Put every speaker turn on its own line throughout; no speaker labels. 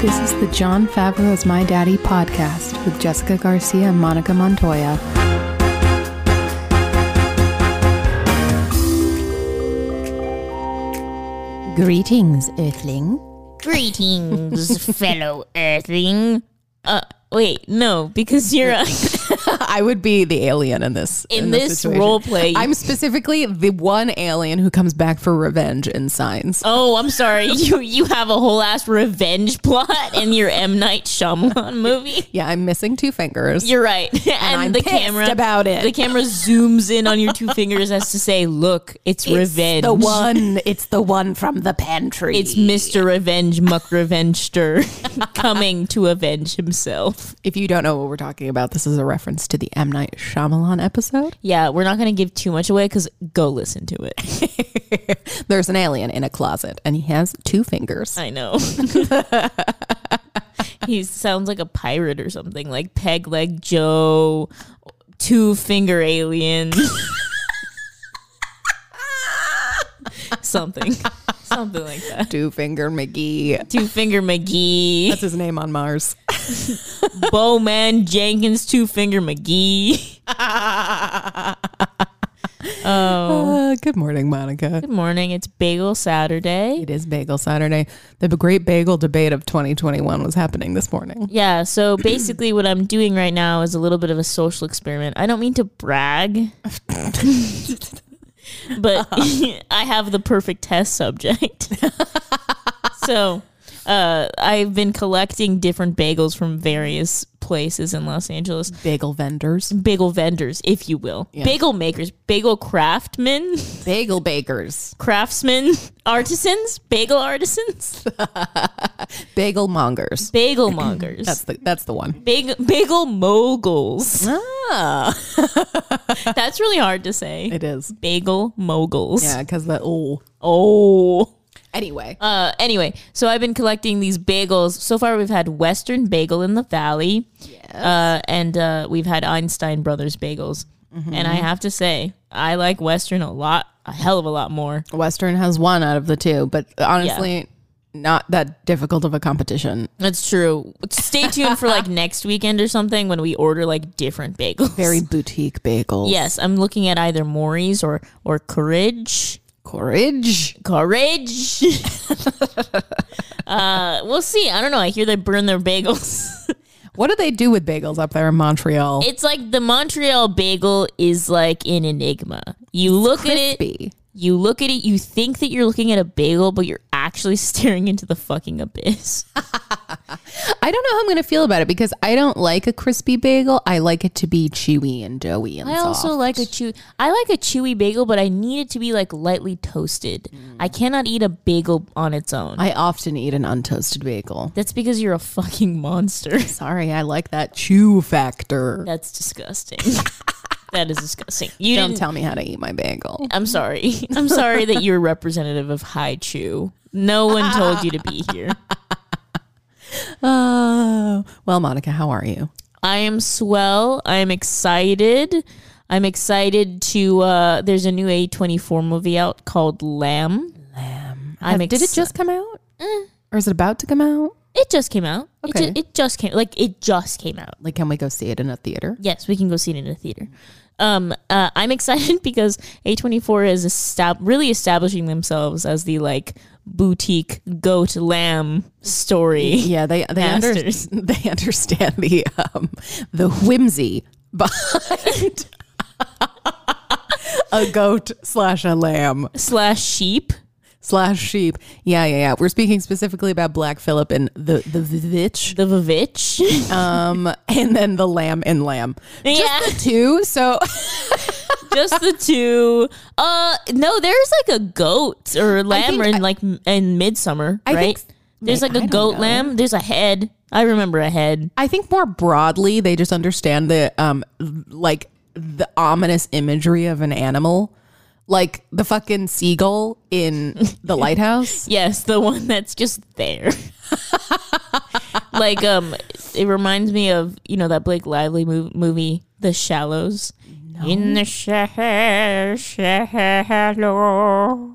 This is the John Favreau is My Daddy podcast with Jessica Garcia and Monica Montoya.
Greetings, Earthling.
Greetings, fellow Earthling. Uh, wait, no, because you're a,
I would be the alien in this
in,
this
this
situation.
role play.
I'm specifically the one alien who comes back for revenge in Signs.
oh, I'm sorry. You you have a whole ass revenge plot in your M Night Shyamalan movie.
Yeah, I'm missing two fingers.
You're right, and,
I'm
the
pissed
camera
about it.
The camera zooms in on your two fingers as to say, "Look, it's, revenge."
the one. It's the one from the pantry.
It's Mr. Revenge Muck Revengester coming to avenge himself.
If you don't know what we're talking about, this is a reference to the M Night Shyamalan episode.
Yeah, we're not going to give too much away because go listen to it.
There's an alien in a closet, and he has two fingers.
I know. he sounds like a pirate or something, like Peg Leg Joe, Two Finger Alien. something. Something like that.
Two Finger McGee.
Two Finger McGee,
That's his name on Mars.
Bowman Jenkins, Two Finger McGee.
Uh, good morning, Monica.
Good morning. It's Bagel Saturday.
It is Bagel Saturday. The great bagel debate of 2021 was happening this morning.
Yeah, so basically what I'm doing right now is a little bit of a social experiment. I don't mean to brag, but I have the perfect test subject. so, uh, I've been collecting different bagels from various places in Los Angeles.
Bagel vendors,
Bagel vendors, if you will. Bagel makers, bagel craftsmen,
bagel bakers,
craftsmen, artisans, bagel artisans,
bagel mongers.
bagel mongers.
That's the that's the one.
Big bagel moguls.
Ah,
That's really hard to say.
it is.
bagel moguls.
Yeah, because the oh.
Oh.
Anyway,
Uh, anyway, so I've been collecting these bagels. So far, we've had Western Bagel in the Valley, uh, and uh, we've had Einstein Brothers bagels. And I have to say, I like Western a lot, a hell of a lot more.
Western has one out of the two, but honestly, not that difficult of a competition.
That's true. Stay tuned for like next weekend or something when we order like different bagels.
Very boutique bagels.
yes, I'm looking at either Maury's or or Courage.
Courage.
courage. uh, we'll see. I don't know. I hear they burn their bagels.
What do they do with bagels up there in Montreal?
it's like the Montreal bagel is like an enigma. You look at it,
Crispy.
you look at it, you think that you're looking at a bagel, but you're actually staring into the fucking abyss.
I don't know how I'm going to feel about it because I don't like a crispy bagel. I like it to be chewy and doughy and
I
soft.
also like a chew. I like a chewy bagel, but I need it to be like lightly toasted. I cannot eat a bagel on its own.
Mm. I often eat an untoasted bagel.
That's because you're a fucking monster.
Sorry, I like that chew factor.
That's disgusting. that is disgusting. You
Don't
didn't
tell me how to eat my bagel.
I'm sorry. I'm sorry that you're representative of High Chew. No one told you to be here.
Oh, well, Monica, how are you?
I am swell. I am excited. I'm excited to. Uh, there's a new A24 movie out called Lamb. Lamb. I'm
Did it
ex-
just come out?
Eh.
Or is it about to come out?
It just came out. It,
Okay.
ju- it just came. Like it just came out.
Like, can we go see it in a theater?
Yes, we can go see it in a theater. Um, uh, I'm excited because A24 is estab- really establishing themselves as the like boutique goat lamb story.
Yeah, they they, under,
Masters.
they understand the um, the whimsy behind a goat slash a lamb
slash sheep.
slash sheep. Yeah, yeah, yeah. We're speaking specifically about Black Phillip and the the vitch.
The Vavitch.
um, and then the lamb and lamb.
yeah,
Just the two. So
just the two. Uh, no, there's like a goat or a lamb
think
or in like m- in Midsummer,
I
right?
think s-
there's
may-
like
I
a
don't
goat
know.
lamb. There's a head. I remember a head.
I think more broadly, they just understand the um, like the ominous imagery of an animal, like the fucking seagull in the lighthouse.
Yes, the one that's just there. like um, it reminds me of you know that Blake Lively mov- movie, The Shallows. In the shallow, shallow.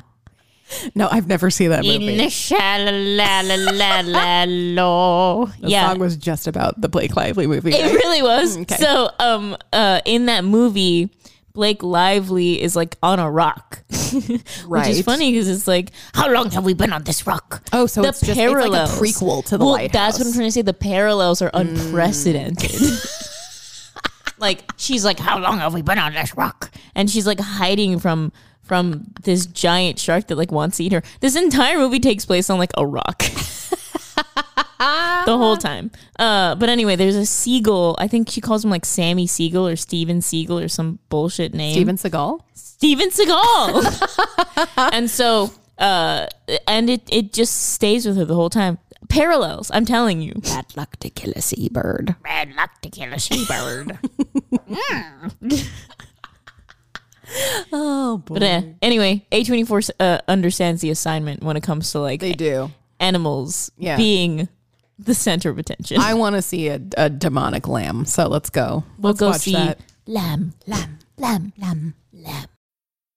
No, I've never seen that movie.
In the sha-la-la-la-la-lo.
The
Yeah.
song was just about the Blake Lively movie.
It
right? Mm,
really was. So, um, uh, in that movie, Blake Lively is like on a rock, which is
Right.
funny because it's like, how long have we been on this rock?
Oh, so it's just- it's like a prequel to The
well,
Lighthouse. Mm.
That's what I'm trying to say. The parallels are unprecedented. like she's like, how long have we been on this rock? And she's like hiding from from this giant shark that like wants to eat her. This entire movie takes place on like a rock the whole time. Uh, but anyway, there's a seagull. I think she calls him like Sammy Seagull or Steven Seagull or some bullshit name.
Steven Seagal.
Steven Seagal. and so, uh, and it it just stays with her the whole time. Parallels, I'm telling you.
Bad luck to kill a seabird.
Bad luck to kill a seabird.
Oh boy,
but uh, anyway, A24 uh, understands the assignment when it comes to like
they do.
animals
Yeah.
being the center of attention.
I want to see a, a demonic lamb. So let's go.
we'll
let's
go
watch
see
that.
lamb,
Lamb, lamb, lamb, lamb.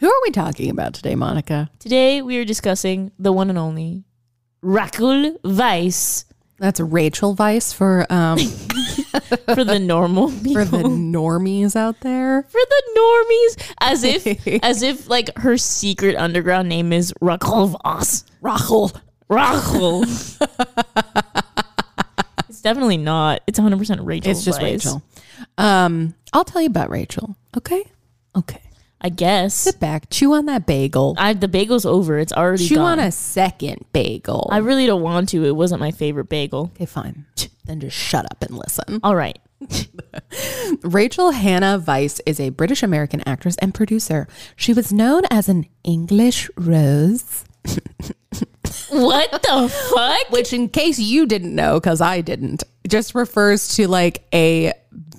Who are we talking about today, Monica?
Today we are discussing the one and only Rakul Weiss
That's Rachel Vice for um
for the normal people.
for the normies out there.
for the normies, as if as if like her secret underground name is Rakul Voss.
Rachel.
Rakul. it's definitely not. It's 100 percent Rachel.
It's just
Weisz.
Rachel. Um, I'll tell you about Rachel. Okay. Okay.
I guess.
Sit back. Chew on that bagel.
I the bagel's over. It's already
chew on
gone.
a second bagel.
I really don't want to. It wasn't my favorite bagel.
okay, fine. Then just shut up and listen.
All right.
Rachel Hannah Weiss is a British American actress and producer. She was known as an English Rose,
What the fuck?
which, in case you didn't know, because I didn't, just refers to like a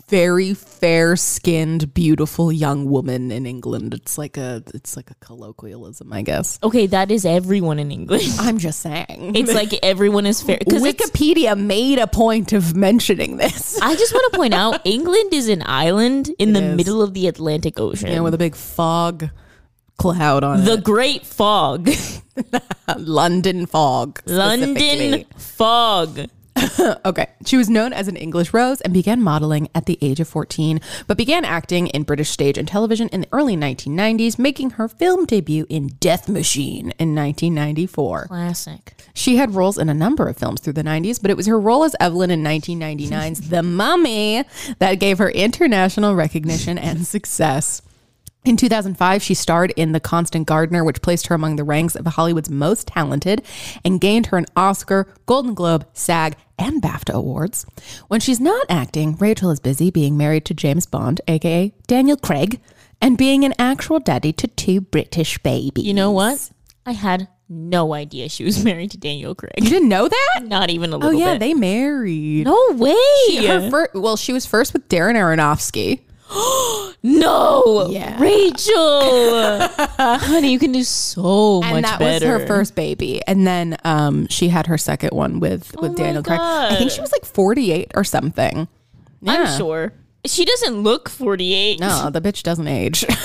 very fair skinned, beautiful young woman in England. It's like a it's like a colloquialism, I guess.
Okay, that is everyone in English.
I'm just saying.
It's like everyone is fair because
Wikipedia made a point of mentioning this.
I just want to point out England is an island in the middle of the Atlantic Ocean.
And with a big fog cloud on
the
it.
Great Fog,
London fog.
London
specifically.
Fog.
Okay. She was known as an English Rose and began modeling at the age of 14, but began acting in British stage and television in the early 1990s, making her film debut in Death Machine in 1994.
Classic.
She had roles in a number of films through the 90s, but it was her role as Evelyn in 1999's The Mummy that gave her international recognition and success. In 2005, she starred in The Constant Gardener, which placed her among the ranks of Hollywood's most talented and gained her an Oscar, Golden Globe, SAG, and BAFTA awards. When she's not acting, Rachel is busy being married to James Bond, aka Daniel Craig, and being an actual daddy to two British babies.
You know what? I had no idea she was married to Daniel
You
Craig.
didn't know that?
Not even a
Oh
little
yeah,
bit.
they married.
no way.
Her fir- well, she was first with Darren Aronofsky.
no.
Yeah.
Rachel. Honey, you can do so much
and that
better.
was her first baby. And then um, she had her second one with with
Oh my
Daniel Craig. I think
God.
she was like 48 or something. Yeah.
I'm sure. She doesn't look 48.
No, the bitch doesn't age.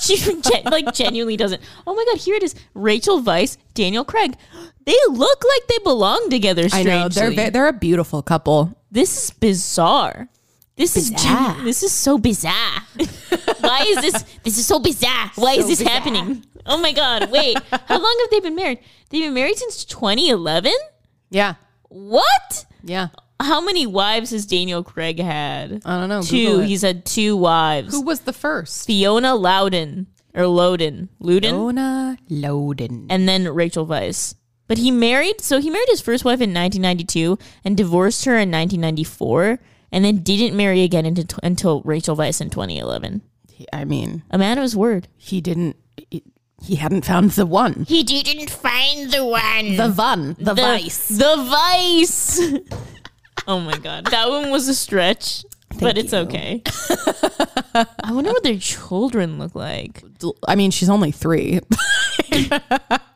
She gen- like genuinely doesn't. Oh my god, here it is. Rachel Vice, Daniel Craig. They look like they belong together.
I
Strangely.
know they're ve- they're a beautiful couple.
this is bizarre. This is gen- this is so bizarre. Why is this? This is so bizarre. Why is this happening? Oh my god! Wait, how long have they been married? They've been married since 2011.
Yeah,
What?
yeah.
How many wives has Daniel Craig had?
I don't know. Google
Two.
it.
He's had two wives.
who was the first?
Fiona Loudon or Loden. Luden.
Fiona Loden.
and then Rachel Weisz. But he married, so he married his first wife in 1992 and divorced her in 1994, and then didn't marry again into t- until Rachel Weisz in 2011.
I mean,
A man of his word.
he didn't. he- He hadn't found the one.
He didn't find the one.
The one. The,
The-
vice.
The vice. oh my god, that one was a stretch, but it's okay. I wonder what their children look like.
I mean, she's only three.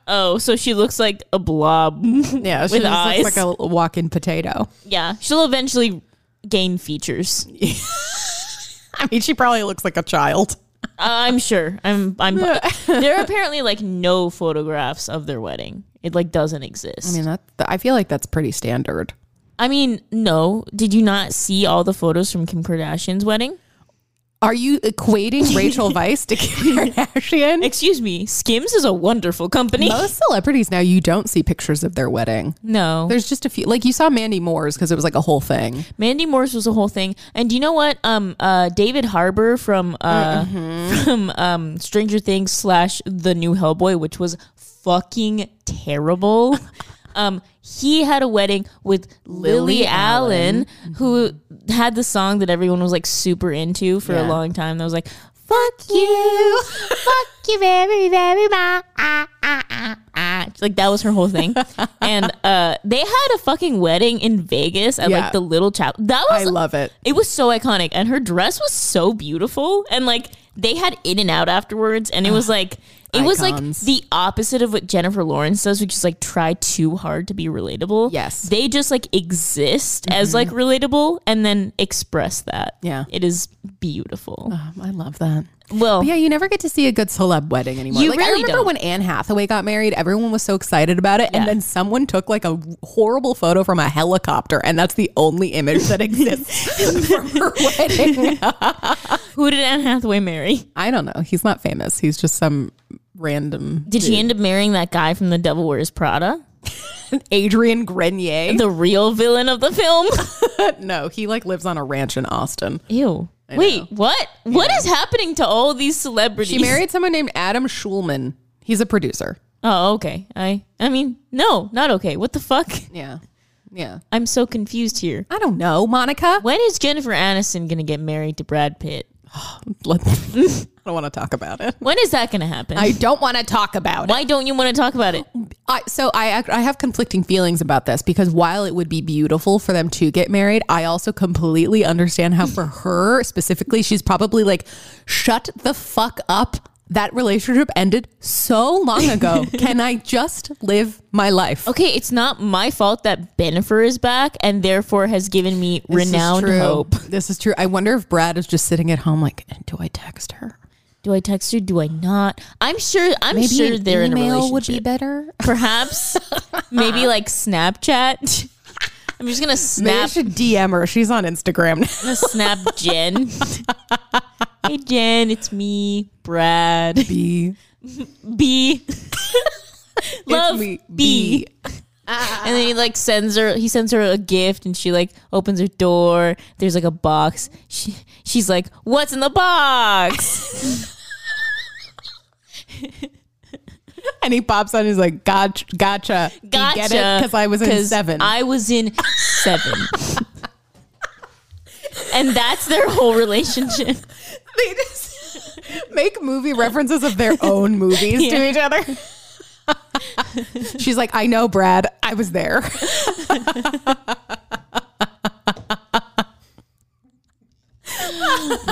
Oh, so she looks like a blob.
Yeah, she
With
just
eyes.
looks like a walk-in potato.
yeah, she'll eventually gain features.
I mean, she probably looks like a child.
Uh, I'm sure. I'm. I'm. there are apparently like no photographs of their wedding. It like doesn't exist.
I mean, that I feel like that's pretty standard.
no. Did you not see all the photos from Kim Kardashian's wedding?
Are you equating Rachel Weisz to Kim Kardashian?
Excuse me. Skims is a wonderful company.
Most celebrities now, you don't see pictures of their wedding.
No.
There's just a few, like you saw Mandy Moore's because it was like a whole thing.
Mandy Morse was a whole thing. And do you know what? Um, uh, David Harbour from uh, from um, Stranger Things slash the new Hellboy, which was fucking terrible. um, he had a wedding with Lily, Allen, Mm-hmm. who had the song that everyone was like super into for a
Yeah.
long time. That was like. Fuck you, fuck you very, very much. Ah, ah, ah, ah. Like that was her whole thing, and uh, they had a fucking wedding in Vegas at
Yeah.
like the little chapel. That was
I love it.
it was so iconic, and her dress was so beautiful, and like they had in and out afterwards, and it was like it was like
Icons.
the opposite of what Jennifer Lawrence does, which is like try too hard to be relatable.
Yes. Mm-hmm.
they just like exist as like relatable, and then express that.
Yeah.
it is beautiful.
Um, I love that.
well,
But yeah, you never get to see a good celeb wedding anymore.
You
like, I
really
remember
don't.
when Anne Hathaway got married, everyone was so excited about it,
Yeah.
and then someone took like a horrible photo from a helicopter, and that's the only image that exists from her wedding.
who did Anne Hathaway marry?
I don't know. He's not famous. He's just some random
Did she end up marrying that guy from The Devil Wears Prada,
Adrian Grenier.
the real villain of the film?
no, he like lives on a ranch in Austin.
Ew. Wait, what? What is happening to all these celebrities?
She married someone named Adam Schulman. He's a producer.
Oh, okay. I I mean, no, not okay. What the fuck?
Yeah. Yeah.
I'm so confused here.
I don't know, Monica.
When is Jennifer Aniston going to get married to Brad Pitt?
Let- I don't want to talk about it.
When is that going to happen?
I don't want to talk about it.
Why don't you want to talk about it?
I, so I act- I have conflicting feelings about this because while it would be beautiful for them to get married, I also completely understand how for her specifically, she's probably like, shut the fuck up. That relationship ended so long ago. Can I just live my life?
Okay, it's not my fault that Benifer is back and therefore has given me
This is
renowned
true.
hope.
This is true. I wonder if Brad is just sitting at home like, do I text her?
Do I text her? Do I not? I'm sure. I'm sure
an
they're in a
email
relationship.
would be better.
Perhaps, maybe like Snapchat. I'm just gonna
Maybe I
snap
should DM her. She's on Instagram. now.
gonna snap Jen. hey Jen, it's me, Brad.
B.
B. Love
me,
B. and then he like sends her he sends her a gift and she like opens her door. There's like a box. She she's like, What's in the box?
And he pops on. He's like, gotcha, gotcha. You
Gotcha.
get it? Because I was in
'Cause
seven.
I was in seven. and that's their whole relationship.
they just make movie references of their own movies to each other. She's like, I know, Brad. I was there.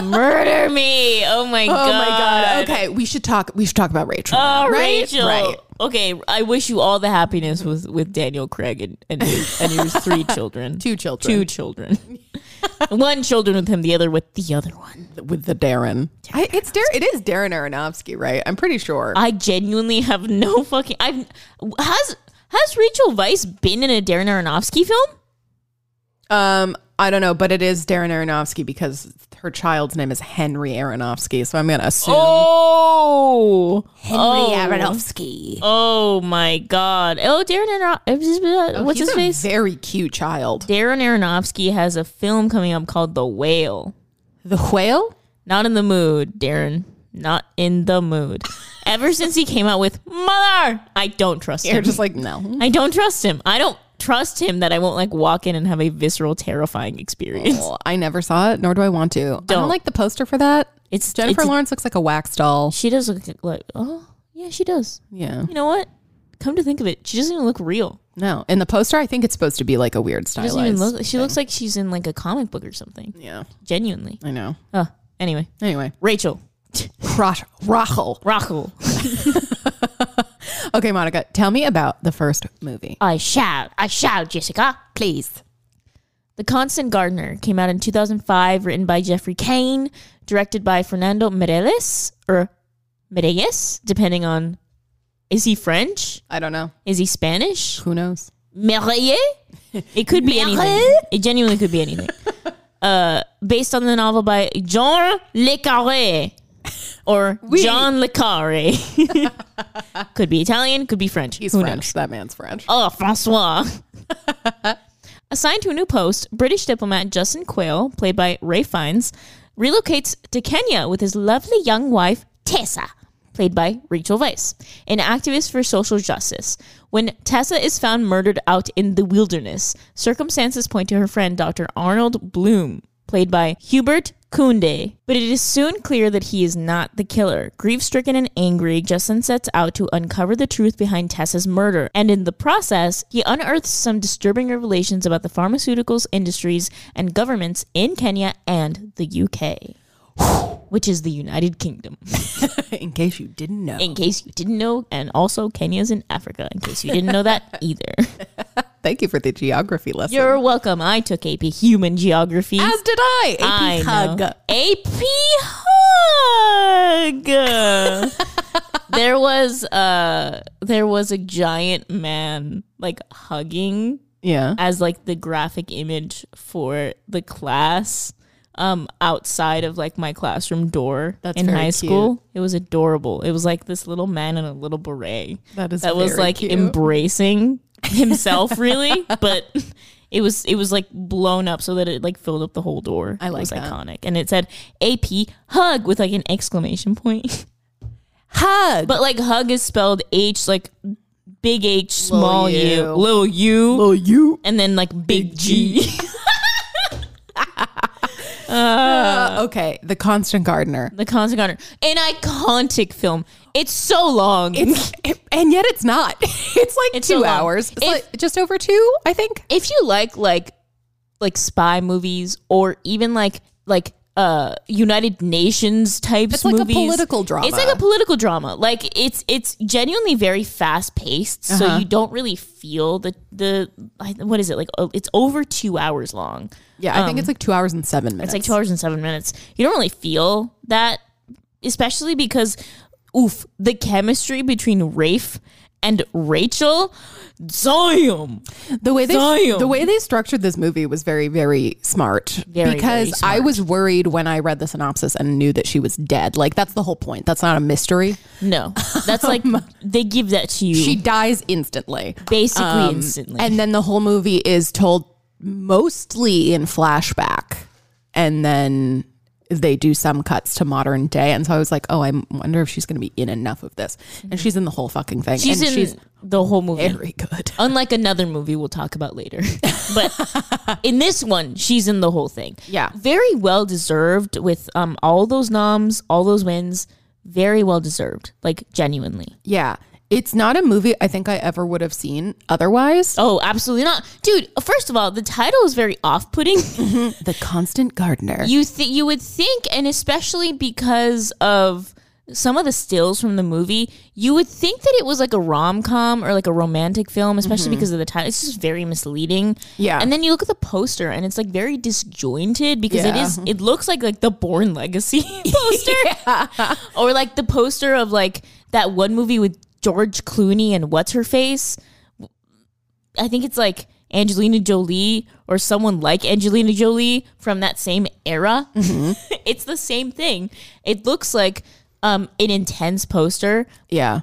Murder me. Oh my god.
Okay, we should talk. We should talk about Rachel.
Oh,
now, right?
Rachel.
Right.
Okay, I wish you all the happiness with, with Daniel Craig and, and, his, and his three children.
Two children.
Two children. one children with him, the other with the other one.
with the Darren. I, it's Dar- It is Darren Aronofsky, right? I'm pretty sure.
I genuinely have no fucking. I've has has Rachel Weiss been in a Darren Aronofsky film?
Um, I don't know, but it is Darren Aronofsky because her child's name is Henry Aronofsky. So I'm gonna assume.
Oh,
Henry Aronofsky.
oh my god! Oh, Darren Aronofsky. uh,
Oh, He's
What's his
a
face?
Very cute child.
Darren Aronofsky has a film coming up called The Whale.
The whale.
Not in the mood, Darren. Not in the mood. Ever since he came out with Mother, I don't trust
You're
him.
just like no.
I don't trust him. I don't trust him that I won't like walk in and have a visceral, terrifying experience.
I never saw it, nor do I want to. I don't like the poster for that.
It's
Jennifer
it's-
Lawrence looks like a wax doll.
She does look like oh yeah, Yeah, she does.
Yeah.
You know what? Come to think of it, she doesn't even look real.
No. In the poster, I think it's supposed to be like a weird
She doesn't even
stylized.
look. She looks like she's in like a comic book or something.
yeah.
Genuinely.
I know.
Oh, anyway,
Anyway,
Rachel,
Rosh- Rachel.
Rachel,
Okay, Monica, tell me about the first movie.
I shall, I shall, Jessica.
Please.
The Constant Gardener came out in 2005, written by Jeffrey Kane, directed by Fernando Mireles or Mireles, depending on is he French?
I don't know.
Is he Spanish?
Who knows?
Mireille? It could be anything. It genuinely could be anything. uh, based on the novel by Jean Le Carré or Jean Le Carré. could be Italian, could be French.
He's
Who
French.
knows?
That man's French.
Oh, Francois. Assigned to a new post, British diplomat Justin Quayle, played by Ray Fiennes, relocates to Kenya with his lovely young wife, Tessa, played by Rachel Weisz, an activist for social justice. When Tessa is found murdered out in the wilderness, circumstances point to her friend, Dr. Arnold Bloom, played by Hubert Kunde. But it is soon clear that he is not the killer. Grief stricken and angry, Justin sets out to uncover the truth behind Tessa's murder. And in the process, he unearths some disturbing revelations about the pharmaceuticals industries and governments in Kenya and the UK, which is the United Kingdom,
In case you didn't know.
in case you didn't know. And also, Kenya's in Africa, in case you didn't know that either.
Thank you for the geography lesson.
You're welcome. I took AP Human Geography.
As did I. AP
I
hug.
know. AP hug. there was uh there was a giant man like hugging
Yeah.
as like the graphic image for the class um outside of like my classroom door
That's
in
very
high
cute.
school. It was adorable. It was like this little man in a little beret
That is
that was
very
like
cute.
embracing himself really but it was it was like blown up so that it like filled up the whole door
I
it was
like that.
iconic and it said ap hug with like an exclamation point
hug.
but like hug is spelled h like big h small
U.
u little u
Well, you.
and then like big, g,
Uh, okay. The Constant Gardener.
the constant gardener an iconic film it's so long
It's it, and yet it's not. It's like
It's so
two
long.
hours. It's
If-
like just over two, I think.
if you like like like spy movies or even like like uh United Nations types
It's like a
movies,
political drama.
It's like a political drama. Like it's it's genuinely very fast paced,
Uh-huh.
so you don't really feel the the I- what is it like? oh, It's over two hours long.
Yeah, I think it's like two hours and seven minutes.
Um, It's like two hours and seven minutes. You don't really feel that, especially because, oof, the chemistry between Rafe and Rachel, Zion.
The way they
Zion.
the way they structured this movie was very very smart
Very,
because
very smart.
I was worried when I read the synopsis and knew that she was dead. Like that's the whole point. That's not a mystery.
No, that's like they give that to you.
She dies instantly.
basically instantly.
Um, And then the whole movie is told mostly in flashback. And then they do some cuts to modern day. And so I was like, oh, I wonder if she's going to be in enough of this. And she's in the whole fucking thing.
Mm-hmm. she's
and
in
she's
the whole movie.
very good.
Unlike another movie we'll talk about later. but in this one, she's in the whole thing.
Yeah.
Very well deserved with um all those noms, all those wins. Very well deserved. Like genuinely.
Yeah. It's not a movie I think I ever would have seen otherwise.
Oh, absolutely not. Dude, first of all, the title is very off putting.
The Constant Gardener.
you th- you would think, and especially because of some of the stills from the movie, you would think that it was like a rom com or like a romantic film, especially because of the title. It's just very misleading.
Yeah.
And then you look at the poster, and it's like very disjointed because it
Yeah.
is. It looks like like the Born Legacy poster, or like the poster of like that one movie with George Clooney and what's her face. I think it's like Angelina Jolie or someone like Angelina Jolie from that same era.
Mm-hmm.
it's the same thing. It looks like um, an intense poster.
yeah.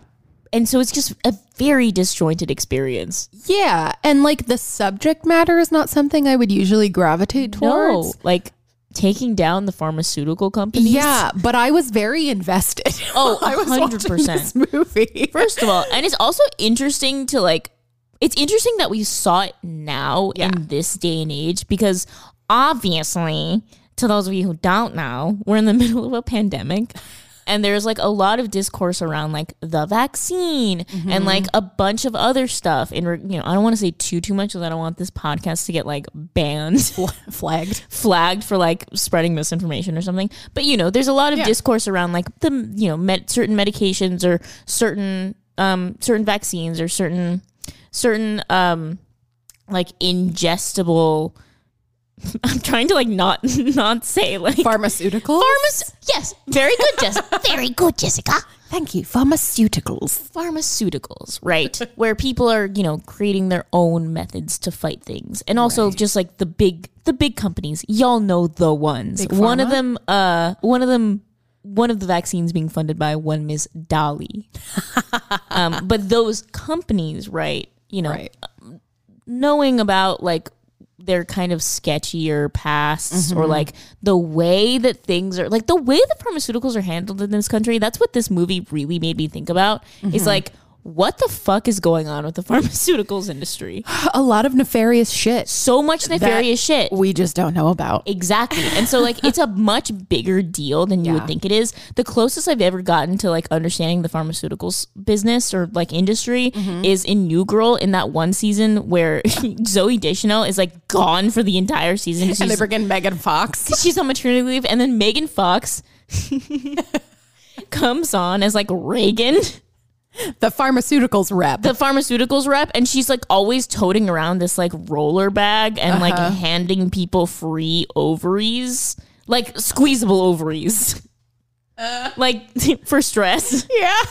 And so it's just a very disjointed experience.
Yeah. And like the subject matter is not something I would usually gravitate towards.
No, like taking down the pharmaceutical companies.
Yeah, but I was very invested.
Oh,
I was watching
100%.
this movie.
First of all, and it's also interesting to like, it's interesting that we saw it now in this day and age because obviously, to those of you who don't know, we're in the middle of a pandemic and there's like a lot of discourse around like the vaccine and like a bunch of other stuff. And you know, I don't want to say too too much because I don't want this podcast to get like banned,
flagged.
flagged for like spreading misinformation or something. But you know, there's a lot of discourse around like the you know med- certain medications or certain um certain vaccines or certain certain um like ingestible. I'm trying to like not not say like
Pharmaceuticals.
Pharmac- yes, very good, Jessica.
Very good, Jessica.
Thank you. Pharmaceuticals.
Pharmaceuticals, right? Where people are, you know, creating their own methods to fight things, and also just like the big, the big companies. Y'all know the ones. one of
pharma?
them, uh, one of them, one of the vaccines being funded by one Miss Dolly. um, but those companies, right? You know,
Right.
knowing about like their kind of sketchier pasts or like the way that things are like the way that pharmaceuticals are handled in this country that's what this movie really made me think about is like what the fuck is going on with the pharmaceuticals industry
A lot of nefarious shit.
so much nefarious shit
We just don't know about.
Exactly. And so like it's a much bigger deal than you would think it is. The closest I've ever gotten to like understanding the pharmaceuticals business or like industry
Mm-hmm.
is in New Girl in that one season where Zoe Deschanel is like gone for the entire season.
And they
She's,
bring in Megan Fox.
she's on maternity leave and then Megan Fox comes on as like Reagan,
The pharmaceuticals rep.
the pharmaceuticals rep, and she's like always toting around this like roller bag and like
Uh-huh.
handing people free ovaries. Like squeezable ovaries.
Uh.
like for stress
yeah.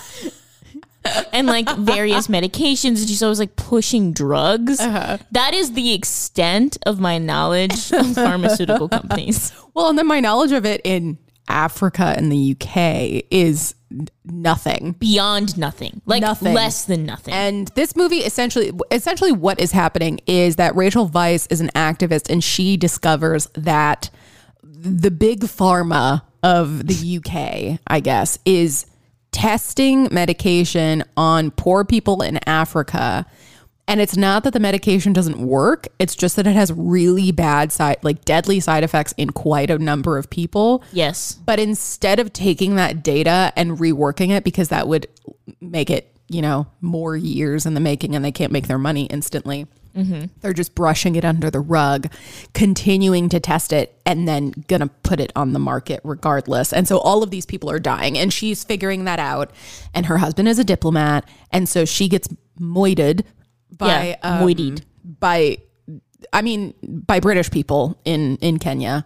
and like various medications. She's always like pushing drugs.
Uh-huh.
That is the extent of my knowledge of pharmaceutical companies.
Well, and then my knowledge of it in Africa and the UK is n- nothing.
Beyond nothing, like
Nothing.
less than nothing.
And this movie essentially essentially what is happening is that Rachel Weiss is an activist and she discovers that the big pharma of the UK, I guess, is testing medication on poor people in Africa. And it's not that the medication doesn't work, it's just that it has really bad side like deadly side effects in quite a number of people.
yes,
But instead of taking that data and reworking it because that would make it, you know, more years in the making and they can't make their money instantly. They're just brushing it under the rug, continuing to test it, and then gonna put it on the market regardless. And so all of these people are dying, and she's figuring that out. And her husband is a diplomat, and so she gets moited by uh, um,
Yeah, moitied.
by I mean by British people in in Kenya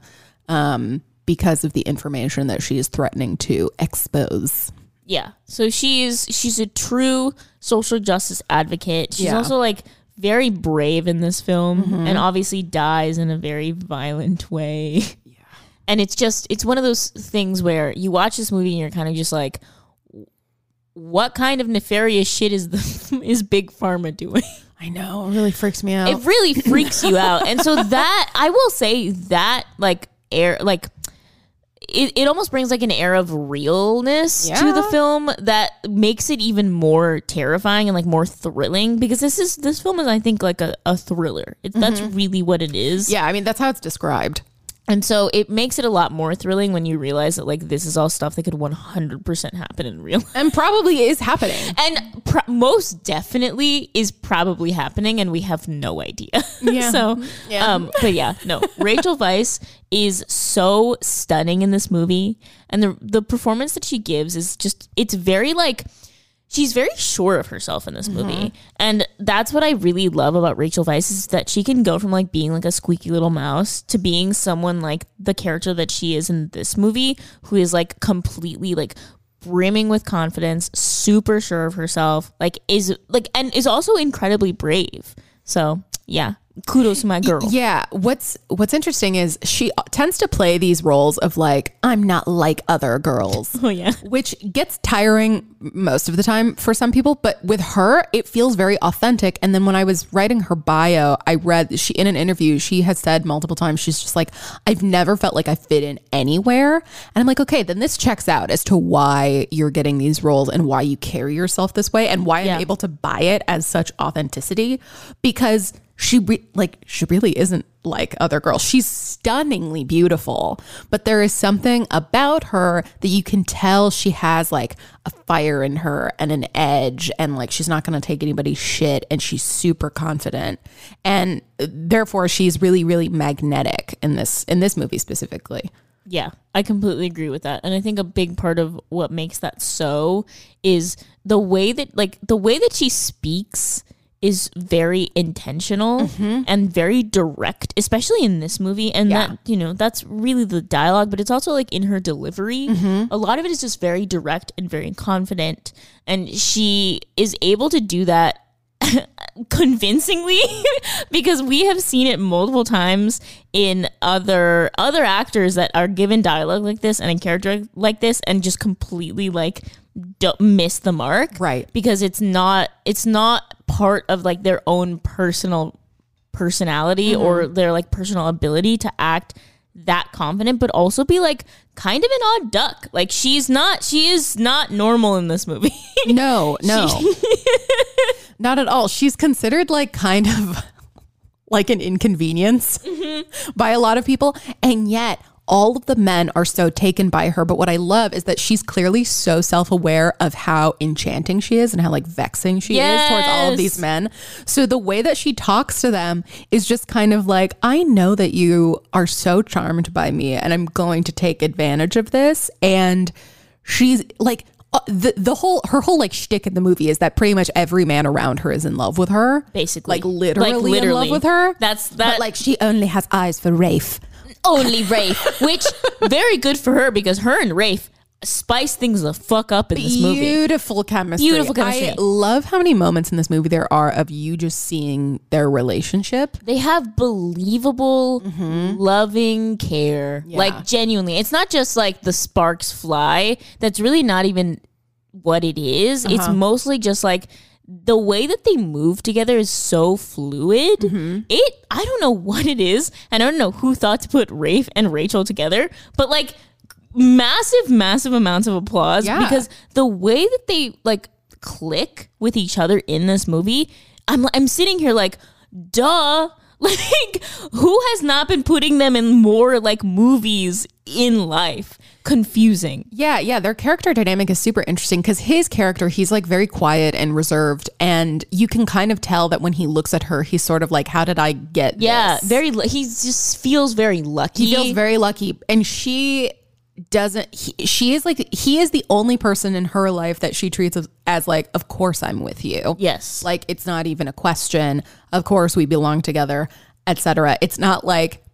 um, because of the information that she is threatening to expose.
yeah. So she is she's a true social justice advocate. She's
Yeah.
also like very brave in this film, and obviously dies in a very violent way. And it's just it's one of those things where you watch this movie and you're kind of just like, what kind of nefarious shit is the is Big Pharma doing?
I know, it really freaks me out.
it really freaks you out and so that i will say that like air like it, it almost brings like an air of realness to the
Yeah.
film that makes it even more terrifying and like more thrilling because this is this film is i think like a, a thriller it, that's really what it is
Mm-hmm. yeah, I mean that's how it's described.
and so it makes it a lot more thrilling when you realize that like this is all stuff that could 100% happen in real life
And probably is happening.
and pro- most definitely is probably happening and we have no idea so um but yeah no rachel weisz is so stunning in this movie and the the performance that she gives is just it's very like she's very sure of herself in this movie and that's what i really love about rachel weisz is that she can go from like being like a squeaky little mouse to being someone like the character that she is in this movie who is like completely like brimming with confidence super sure of herself like is like and is also incredibly brave so yeah kudos to my girl
Yeah, what's what's interesting is she tends to play these roles of like I'm not like other girls.
oh yeah
which gets tiring most of the time for some people but with her it feels very authentic and then when i was writing her bio i read she in an interview she has said multiple times she's just like i've never felt like i fit in anywhere and i'm like okay then this checks out as to why you're getting these roles and why you carry yourself this way and why i'm able to buy it as such authenticity because she re- like she really isn't like other girls. She's stunningly beautiful, but there is something about her that you can tell she has like a fire in her and an edge and like she's not going to take anybody's shit and she's super confident. And uh, therefore she's really really magnetic in this in this movie specifically.
Yeah, I completely agree with that. And I think a big part of what makes that so is the way that like the way that she speaks is very intentional and very direct, especially in this movie. And that, you know, that's really the dialogue, but it's also like in her delivery. A lot of it is just very direct and very confident. And she is able to do that convincingly because we have seen it multiple times in other other actors that are given dialogue like this and a character like this and just completely like do- miss the mark
Right.
because it's not it's not part of like their own personal personality
Mm-hmm.
or their like personal ability to act that confident but also be like kind of an odd duck like she's not she is not normal in this movie
No, no. Not at all. She's considered like kind of like an inconvenience by a lot of people. And yet, all of the men are so taken by her. But what I love is that she's clearly so self aware of how enchanting she is and how like vexing she is towards all of these
Yes.
men. So the way that she talks to them is just kind of like, I know that you are so charmed by me and I'm going to take advantage of this. And she's like, uh, the, the whole her whole like shtick in the movie is that pretty much every man around her is in love with her,
Basically.
like
Like,
literally, in love
literally.
with her.
That's-
But
that-
like she only has eyes for Rafe.
only Rafe, which very good for her because her and Rafe spice things the fuck up in this movie.
Beautiful chemistry.
Beautiful chemistry.
I love how many moments in this movie there are of you just seeing their relationship.
They have believable, Mm-hmm. loving care. Like genuinely, it's not just like the sparks fly. That's really not even what it is. It's mostly just like the way that they move together is so fluid. It I don't know what it is, and I don't know who thought to put Rafe and Rachel together, but like massive, massive amounts of applause
Yeah.
because the way that they like click with each other in this movie, I'm I'm sitting here like, duh. Like, who has not been putting them in more like movies in life? Confusing.
Yeah, yeah. Their character dynamic is super interesting because his character, he's like very quiet and reserved. And you can kind of tell that when he looks at her, he's sort of like, How did I get
Yeah,
this?
very. Lu- he just feels very lucky.
He feels very lucky. And she doesn't, he, she is like, he is the only person in her life that she treats as, as like, Of course I'm with you.
yes.
Like it's not even a question. Of course we belong together, etc. It's not like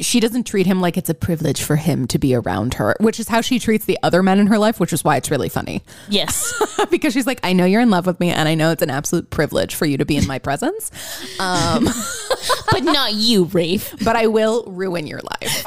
she doesn't treat him like it's a privilege for him to be around her, which is how she treats the other men in her life, which is why it's really funny.
yes.
because she's like, I know you're in love with me and I know it's an absolute privilege for you to be in my presence,
but not you, Rafe.
but I will ruin your life.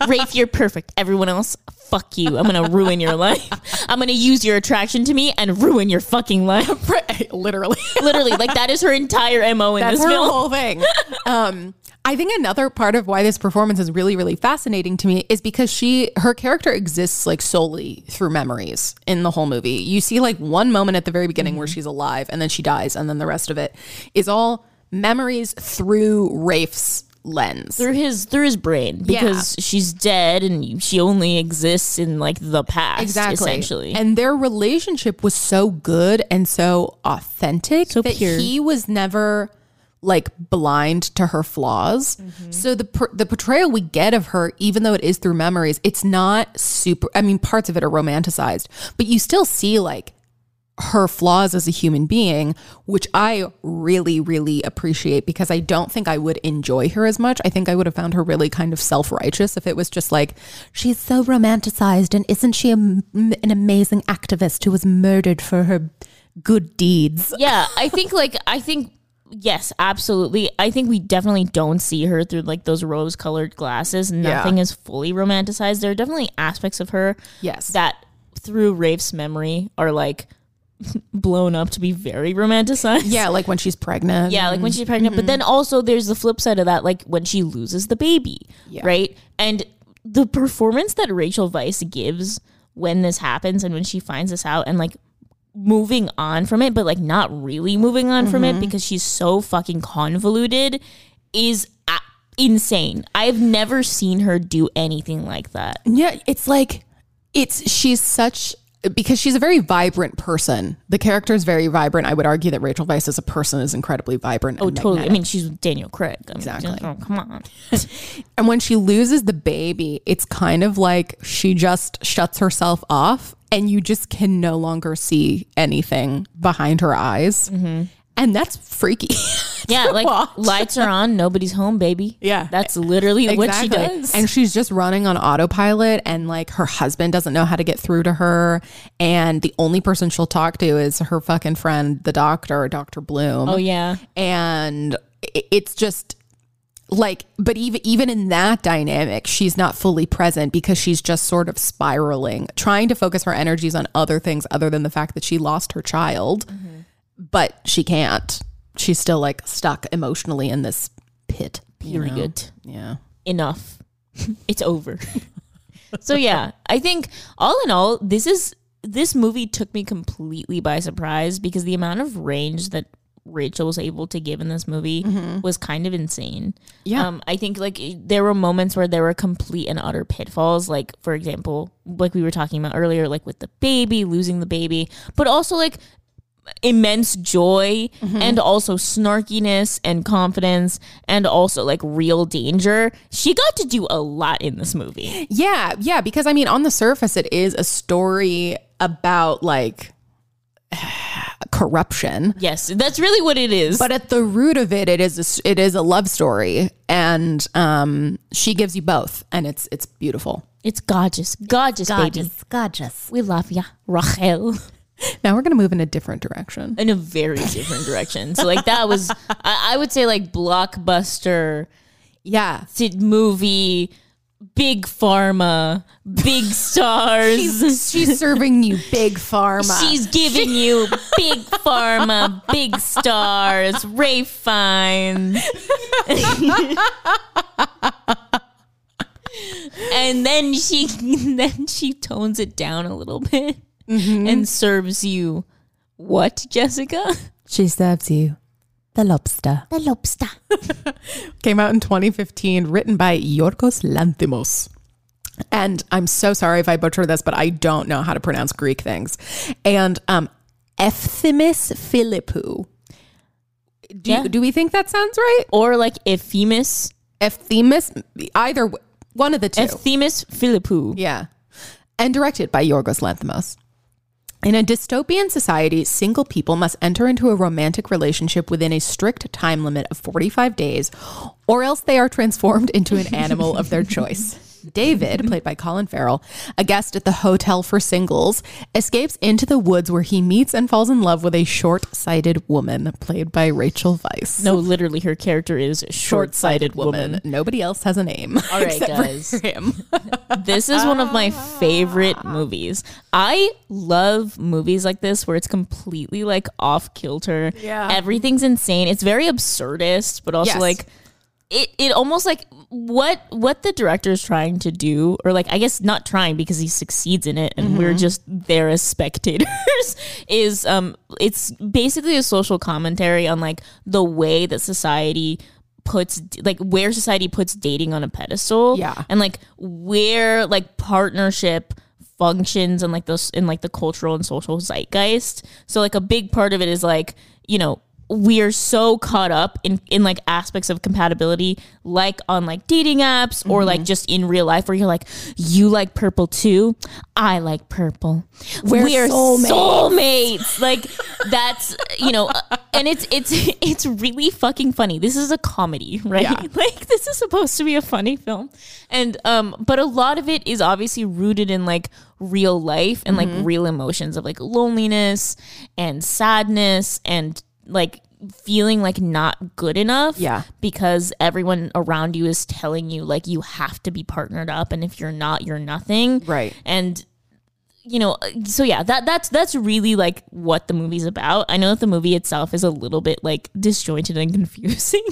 Rafe, you're perfect. Everyone else, fuck you. I'm gonna ruin your life. I'm gonna use your attraction to me and ruin your fucking life.
Literally.
Literally, like that is her entire mo in
That's
this
her
film.
whole thing. Um, I think another part of why this performance is really, really fascinating to me is because she, her character exists like solely through memories in the whole movie. You see like one moment at the very beginning
Mm-hmm.
where she's alive and then she dies, and then the rest of it is all memories through Rafe's lens.
through his through his brain because she's dead and she only exists in like the past essentially
And their relationship was so good and so authentic that
pure.
he was never like blind to her flaws.
Mm-hmm.
So the per- the portrayal we get of her, even though it is through memories, it's not super. I mean, parts of it are romanticized, but you still see like her flaws as a human being, which I really, really appreciate because I don't think I would enjoy her as much. I think I would have found her really kind of self righteous if it was just like, she's so romanticized and isn't she a m an amazing activist who was murdered for her good deeds?
yeah i think like i think yes absolutely i think we definitely don't see her through like those rose colored glasses nothing is fully romanticized there are definitely aspects of her
Yes.
that through rafe's memory are like blown up to be very romanticized
yeah, like when she's pregnant.
Yeah, like when she's pregnant. But
Mm-hmm.
then also there's the flip side of that, like when she loses the baby, right? And the performance that Rachel Weisz gives when this happens and when she finds this out and like moving on from it, but like not really moving on from
Mm-hmm.
it because she's so fucking convoluted is uh, insane. I've never seen her do anything like that.
Yeah, it's like it's she's such because she's a very vibrant person. The character is very vibrant. I would argue that Rachel Weisz as a person is incredibly vibrant.
Oh,
and
totally. I
magnetic.
mean, she's with Daniel Craig. I mean,
Exactly.
oh, come on.
And when she loses the baby, it's kind of like she just shuts herself off, and you just can no longer see anything behind her eyes, and that's freaky.
Yeah, like
watch.
lights are on, nobody's home, baby.
Yeah.
that's literally what she
Exactly.
does.
And she's just running on autopilot, and like her husband doesn't know how to get through to her. And the only person she'll talk to is her fucking friend, the doctor, Dr. Bloom.
oh yeah,
And i- it's just like, but even, even in that dynamic, she's not fully present because she's just sort of spiraling, trying to focus her energies on other things other than the fact that she lost her child, but she can't. She's still like stuck emotionally in this pit. you know?
period.
Yeah.
enough. it's over. so yeah, I think all in all, this is this movie took me completely by surprise because the amount of range that Rachel was able to give in this movie was kind of insane.
Mm-hmm. Yeah.
Um, I think like it- there were moments where there were complete and utter pitfalls, like for example, like we were talking about earlier, like with the baby, losing the baby, but also like immense joy and also snarkiness and confidence and also like real danger. She got to do a lot in this movie.
Yeah, yeah, because I mean, on the surface, it is a story about like corruption,
Yes, that's really what it is.
but at the root of it, it is a, s- it is a love story, and um, she gives you both, and it's it's beautiful.
it's gorgeous, gorgeous, baby.
gorgeous.
We love ya, Rachel.
Now we're gonna move in a different direction.
In a very different direction. So like that was, I, I would say like blockbuster
Yeah,
sit movie, big pharma, big stars.
she's, she's serving you big pharma.
She's giving you big pharma, big stars, Ray Fine. and then she then she tones it down a little bit and serves you what, Jessica?
She serves you the lobster.
The lobster.
came out in 2015, written by Yorgos Lanthimos. And I'm so sorry if I butcher this, but I don't know how to pronounce Greek things. And um, Efthymis Philippou. Do,
Yeah.
do we think that sounds right?
Or like Ephemus,
Efthymis, either w- one of the two.
Ephemus Philippou.
Yeah. And directed by Yorgos Lanthimos. In a dystopian society, single people must enter into a romantic relationship within a strict time limit of 45 days, or else they are transformed into an animal of their choice. David, played by Colin Farrell, a guest at the Hotel for Singles, escapes into the woods where he meets and falls in love with a short sighted woman, played by Rachel Weisz.
No, literally, her character is short sighted woman.
Nobody else has a name.
All right, guys. This is one of my
Ah.
favorite movies. I love movies like this where it's completely like off kilter. Yeah. Everything's insane. It's very absurdist, but also
Yes.
like it, it almost like what what the director is trying to do, or like I guess not trying because he succeeds in it and
Mm-hmm.
we're just there as spectators, is um it's basically a social commentary on like the way that society puts like where society puts dating on a pedestal
Yeah.
and like where like partnership functions and like those in like the cultural and social zeitgeist so like a big part of it is like you know we are so caught up in in like aspects of compatibility like on like dating apps or like just in real life where you're like you like purple too i like purple we're soulmates, soulmates. like that's you know uh, and it's it's it's really fucking funny this is a comedy right
Yeah.
like this is supposed to be a funny film and um but a lot of it is obviously rooted in like real life and
Mm-hmm.
like real emotions of like loneliness and sadness and like feeling like not good enough
Yeah.
because everyone around you is telling you like you have to be partnered up and if you're not you're nothing
Right.
and you know so yeah that that's that's really like what the movie's about i know that the movie itself is a little bit like disjointed and confusing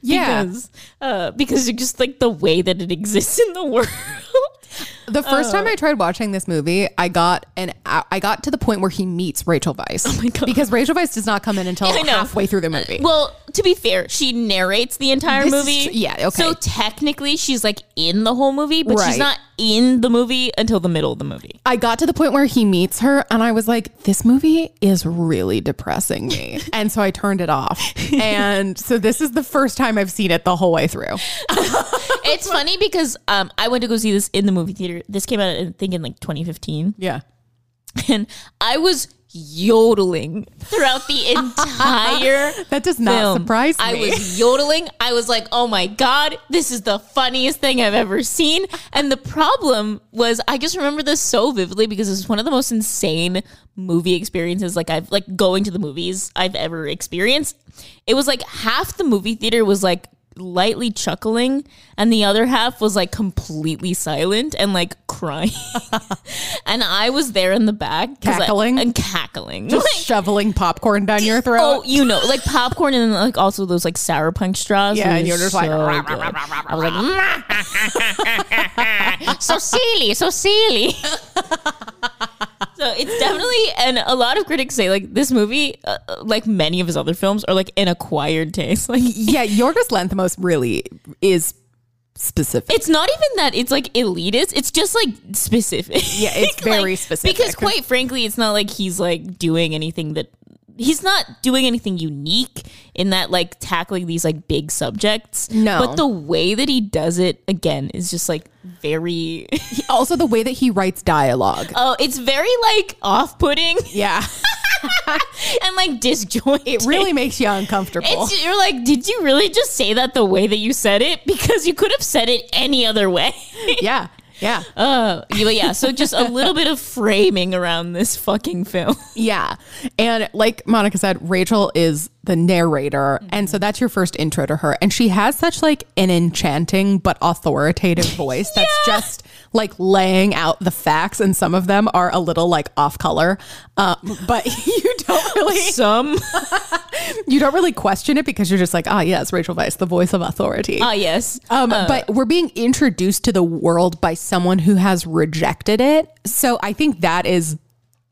Yeah.
because uh because it's just like the way that it exists in the world
The first time I tried watching this movie, I got an I got to the point where he meets Rachel Weisz. Oh my god! Because Rachel Weisz does not come in until
I know.
Oh, halfway through the movie.
Well, to be fair, she narrates the entire
This is
movie.
tr- yeah, okay.
So technically, she's like in the whole movie, but
Right.
she's not in the movie until the middle of the movie.
I got to the point where he meets her, and I was like, "This movie is really depressing me," and so I turned it off. And so this is the first time I've seen it the whole way through.
it's funny because um, I went to go see this in the movie theater. This came out, I think, in like 2015,
Yeah.
and I was yodeling throughout the entire.
That does not
film.
surprise me.
I was yodeling. I was like, oh my God, this is the funniest thing I've ever seen. And the problem was I just remember this so vividly because it's one of the most insane movie experiences like I've like going to the movies I've ever experienced. It was like half the movie theater was like lightly chuckling and the other half was like completely silent and like crying. and I was there in the back 'cause I-
Cackling?
and cackling.
Just
Like,
shoveling popcorn down your throat.
Oh, you know, like popcorn and then like also those like sour punch straws.
Yeah, and
It was
you're just like,
so
"Rah,
good." I was like, "Mwah." so silly, so silly. so it's definitely, and a lot of critics say like this movie, uh, uh, like many of his other films, are like an acquired taste. Like
Yeah, Yorgos Lanthimos really is specific.
it's not even that it's like elitist. It's just like specific.
Yeah, it's very
Like,
specific.
Because quite frankly, it's not like he's like doing anything that he's not doing anything unique in that like tackling these like big subjects.
No.
But the way that he does it again is just like very
also the way that he writes dialogue.
oh, it's very like off putting
yeah.
and like disjointed.
It really makes you uncomfortable.
It's, you're like, did you really just say that the way that you said it? Because you could have said it any other way.
yeah. Yeah.
Uh, Yeah, but yeah, so just a little bit of framing around this fucking film.
Yeah. And like Monica said, Rachel is the narrator. And so that's your first intro to her. And she has such like an enchanting but authoritative voice that's just like laying out the facts. And some of them are a little like off color. Um, but you don't really
Some.
you don't really question it because you're just like, ah yes, Rachel Weiss, the voice of authority.
Ah, yes.
Um, but we're being introduced to the world by someone who has rejected it. So I think that is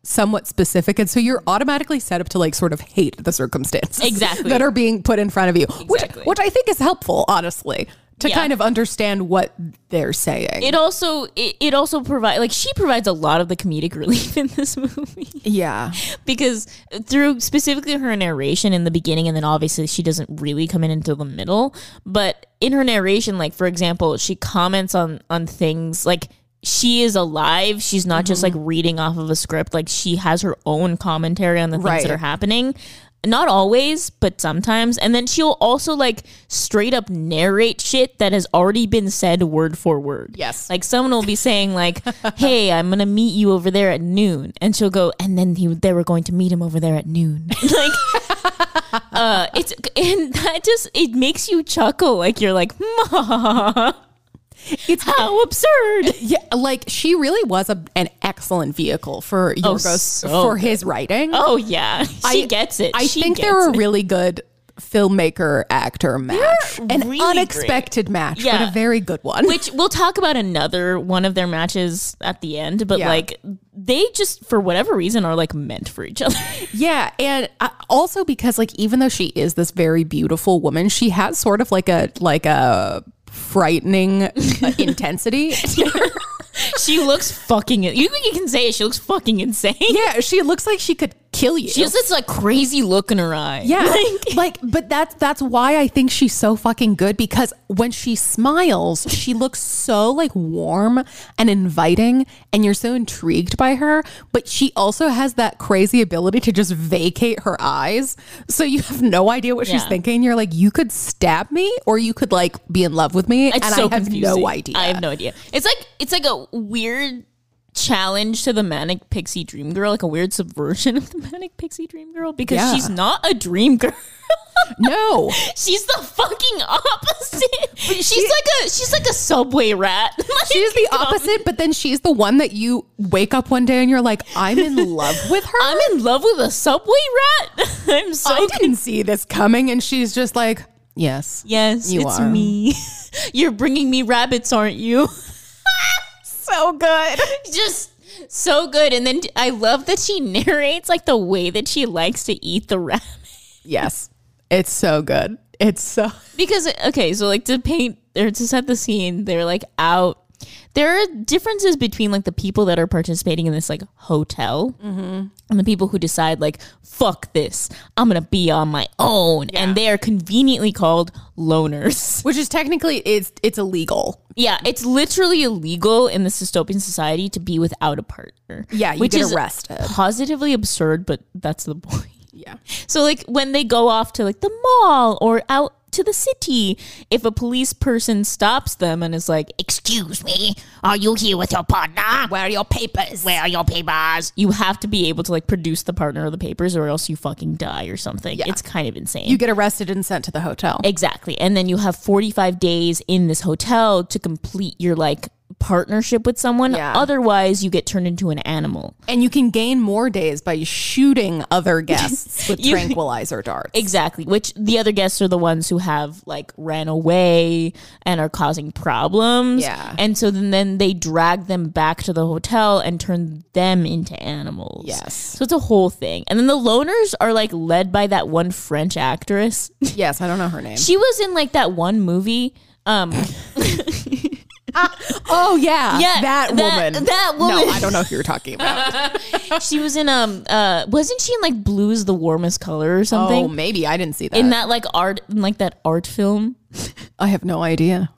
somewhat specific. And so you're automatically set up to like sort of hate the circumstances
Exactly.
that are being put in front of you,
Exactly.
which, which I think is helpful, honestly, to
Yeah.
kind of understand what they're saying.
It also it, it also provides like she provides a lot of the comedic relief in this movie
yeah.
because through specifically her narration in the beginning and then obviously she doesn't really come in until the middle but in her narration like for example she comments on on things like she is alive she's not just like reading off of a script like she has her own commentary on the things
Right.
that are happening not always but sometimes and then she'll also like straight up narrate shit that has already been said word for word
Yes.
like someone will be saying like, "Hey, I'm gonna meet you over there at noon," and she'll go, and then he, they were going to meet him over there at noon. like, uh, it's and that just it makes you chuckle. Like you're like, "Ma,
It's
how absurd!"
yeah, like she really was a, an excellent vehicle for Yorgos
Oh, so
for his writing.
Oh yeah, she
I-
gets it.
I
She
think
gets
they're
it.
a really good filmmaker actor match, an
really
unexpected match,
Yeah.
but a very good one.
Which we'll talk about another one of their matches at the end, but
Yeah.
like they just for whatever reason are like meant for each other.
yeah, and uh, also because like even though she is this very beautiful woman, she has sort of like a like a frightening uh, intensity.
she looks fucking. You you can say it. She looks fucking insane.
yeah, she looks like she could kill you.
She has this like crazy look in her eye.
yeah, like, but that's that's why I think she's so fucking good because when she smiles, she looks so like warm and inviting, and you're so intrigued by her. But she also has that crazy ability to just vacate her eyes, so you have no idea what she's
Yeah.
thinking. You're like, you could stab me, or you could like be in love with me,
It's
and
so
I have
confusing.
no idea.
I have no idea. It's like it's like a weird challenge to the manic pixie dream girl, like a weird subversion of the manic pixie dream girl because
Yeah.
she's not a dream girl.
no.
she's the fucking opposite. she's like a she's like a subway rat. Like,
She's the
um,
opposite, but then she's the one that you wake up one day and you're like, I'm in love with her.
I'm in love with a subway rat. I'm so
I didn't see this coming, and she's just like, "Yes,
Yes,
You
it's
are.
me. You're bringing me rabbits, aren't you?
so so good.
just so good. And then I love that she narrates like the way that she likes to eat the ramen.
Yes. It's so good. It's so
Because okay, so like to paint or to set the scene, they're like out. There are differences between like the people that are participating in this like hotel
Mm-hmm.
and the people who decide like fuck this, I'm gonna be on my own, and they are conveniently called loners.
which is technically it's it's illegal.
yeah, it's literally illegal in this dystopian society to be without a partner.
Yeah, you
which
get
is
arrested.
Positively absurd, but that's the point.
Yeah.
So like when they go off to like the mall or out to the city, if a police person stops them and is like,
Excuse me, are you here with your partner? Where are your papers? Where are your papers?
you have to be able to like produce the partner or the papers or else you fucking die or something. It's kind of insane.
You get arrested and sent to the hotel.
exactly. And then you have 45 days in this hotel to complete your like partnership with someone.
Yeah.
Otherwise, you get turned into an animal.
And you can gain more days by shooting other guests with
You-
tranquilizer darts.
Exactly. Which the other guests are the ones who have like ran away and are causing problems.
Yeah.
And so then, then they drag them back to the hotel and turn them into animals.
Yes.
So it's a whole thing. And then the loners are like led by that one French actress.
yes, I don't know her name.
she was in like that one movie. Um,
oh yeah.
Yeah,
That,
that-
woman.
that
No,
woman.
I don't know who you're talking about.
she was in um uh wasn't she in like Blue's the Warmest Color or something?
oh, maybe I didn't see that.
in that like art in like that art film.
I have no idea.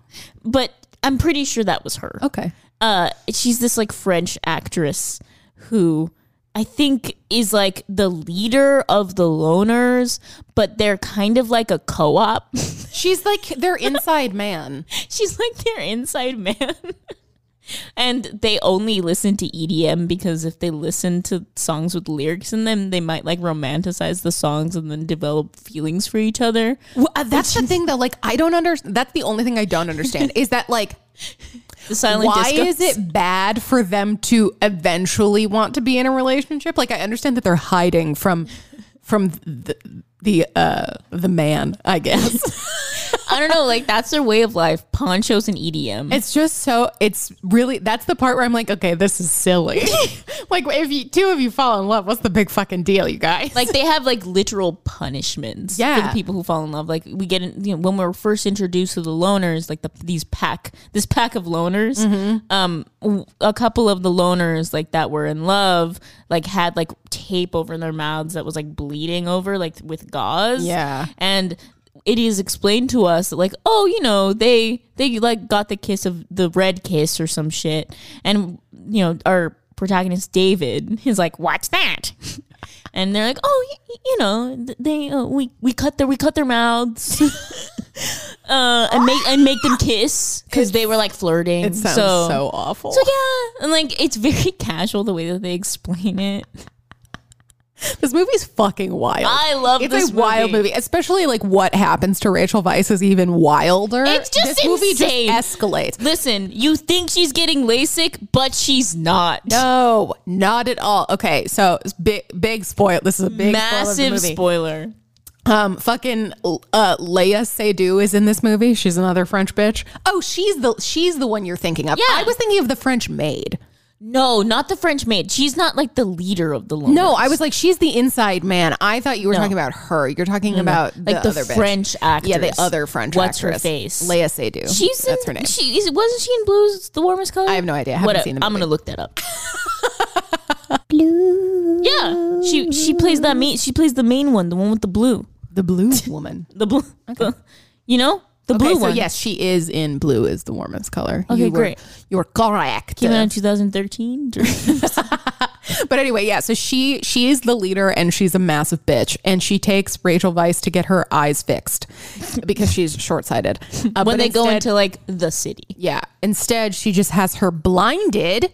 But I'm pretty sure that was her.
Okay.
uh she's this like French actress who I think is like the leader of the loners, but they're kind of like a co-op.
She's like their inside man.
she's like their inside man. and they only listen to EDM because if they listen to songs with lyrics in them, they might like romanticize the songs and then develop feelings for each other.
Well, uh, that's the thing though. Like I don't understand. That's the only thing I don't understand is that like
The silent
why
discos.
is it bad for them to eventually want to be in a relationship? Like I understand that they're hiding from from the the uh the man, I guess.
I don't know, like that's their way of life. Ponchos and E EDM.
it's just so it's really that's the part where I'm like, okay, this is silly. like if you two of you fall in love, what's the big fucking deal, you guys?
like they have like literal punishments for
Yeah.
the people who fall in love. Like we get in, you know, when we're first introduced to the loners, like the these pack this pack of loners.
Mm-hmm.
Um, w- a couple of the loners like that were in love, like had like tape over their mouths that was like bleeding over, like with gauze.
Yeah.
and it is explained to us that like oh you know they they like got the kiss of the red kiss or some shit and you know our protagonist david is like what's that and they're like oh y- y- you know th- they uh, we we cut their we cut their mouths uh and make and make them kiss because they were like flirting
it sounds so,
so
awful.
so yeah and like it's very casual the way that they explain it
This movie's fucking wild.
I love
it's
this
a wild
movie.
movie, especially like what happens to Rachel Vice is even wilder.
It's just
this movie just
insane.
escalates.
listen you think she's getting lasik but she's not
No, not at all. Okay, so it's big, big spoil. This is a big
massive
spoil.
spoiler.
of the movie. Um, fucking uh, Leia Seydoux is in this movie. She's another French bitch. Oh, she's the she's the one you're thinking of.
Yeah.
I was thinking of the French maid.
No, not the French maid. She's not like the leader of the loners.
No, I was like, she's the inside man. I thought you were talking about her. You're talking about
Like
the,
the
other bitch.
French
Yeah, the
actress.
other French
What's her
actress.
face?
Leia Seydoux.
She's
that's
in,
her name.
She is- wasn't she in Blue's The Warmest Color?
I have no idea. I haven't seen the
I'm
movie.
gonna look that up. blue. Yeah, she she plays that main. She plays the main one, the one with the blue,
the blue woman.
the blue. the- you know the blue
okay, so
one.
yes, she is in blue is the warmest color.
Okay,
you were-
great.
You were correct.
Came out in 2013.
But anyway, yeah, so she she is the leader and she's a massive bitch and she takes Rachel Weiss to get her eyes fixed because she's short-sighted. Uh,
when
but
they go
instead-
into like the city
Yeah, instead she just has her blinded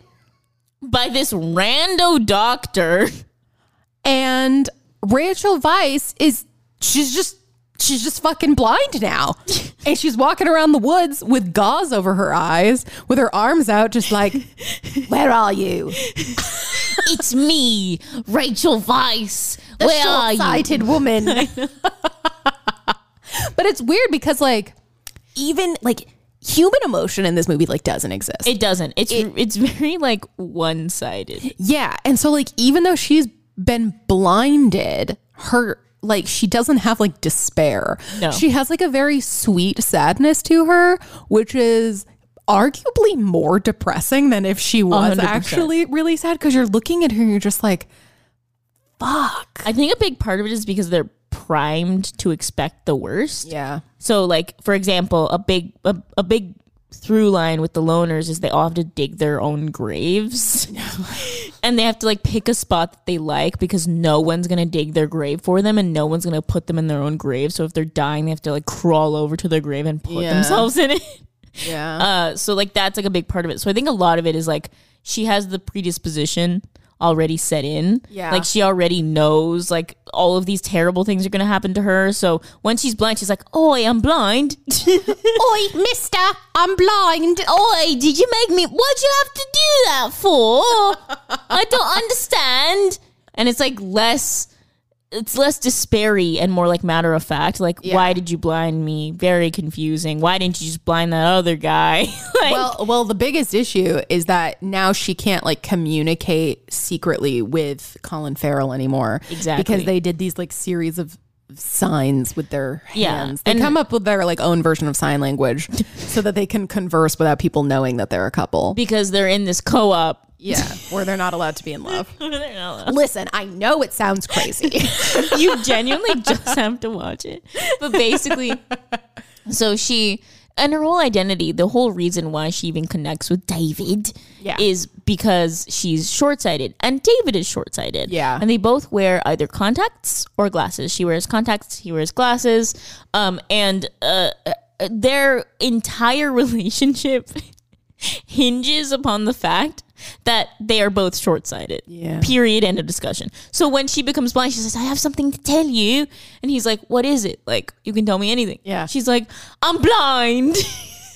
by this rando doctor.
and Rachel Weiss is she's just she's just fucking blind now. and she's walking around the woods with gauze over her eyes, with her arms out just like, "Where are you?"
it's me, Rachel Vice.
the
Where are you?
short-sighted woman. but it's weird because like even like human emotion in this movie like doesn't exist.
It doesn't. It's it's very like one sided.
yeah, and so like even though she's been blinded, her like she doesn't have like despair.
No.
She has like a very sweet sadness to her, which is arguably more depressing than if she was
100%.
actually really sad because you're looking at her and you're just like fuck.
I think a big part of it is because they're primed to expect the worst.
Yeah.
So like for example, a big a, a big through line with the loners is they all have to dig their own graves. and they have to like pick a spot that they like because no one's going to dig their grave for them and no one's going to put them in their own grave. So if they're dying, they have to like crawl over to their grave and put
Yeah.
themselves in it.
Yeah.
Uh, so like that's like a big part of it. So I think a lot of it is like she has the predisposition already set in.
Yeah.
Like she already knows like all of these terrible things are gonna happen to her. So when she's blind, she's like, "Oi, I'm blind."
Oi, mister, I'm blind. Oh,
Oi, did you make me? What'd you have to do that for? I don't understand. And it's like less. It's less despairy and more like matter of fact. Like, why did you blind me? Very confusing. Why didn't you just blind that other guy? like,
Well, well, the biggest issue is that now she can't like communicate secretly with Colin Farrell anymore.
Exactly.
Because they did these like series of signs with their
Yeah,
hands. They
and-
come up with their like own version of sign language so that they can converse without people knowing that they're a couple.
because they're in this co-op
yeah. Where they're not allowed to be in love. Listen, I know it sounds crazy.
you genuinely just have to watch it. But basically, so she and her whole identity, the whole reason why she even connects with David
Yeah.
is because she's short sighted and David is short sighted.
Yeah.
And they both wear either contacts or glasses. She wears contacts, he wears glasses. Um, and uh, uh, their entire relationship hinges upon the fact that they are both short sighted.
Yeah.
Period. End of discussion. So when she becomes blind, she says, I have something to tell you. And he's like, What is it? Like, you can tell me anything.
Yeah.
She's like, I'm blind.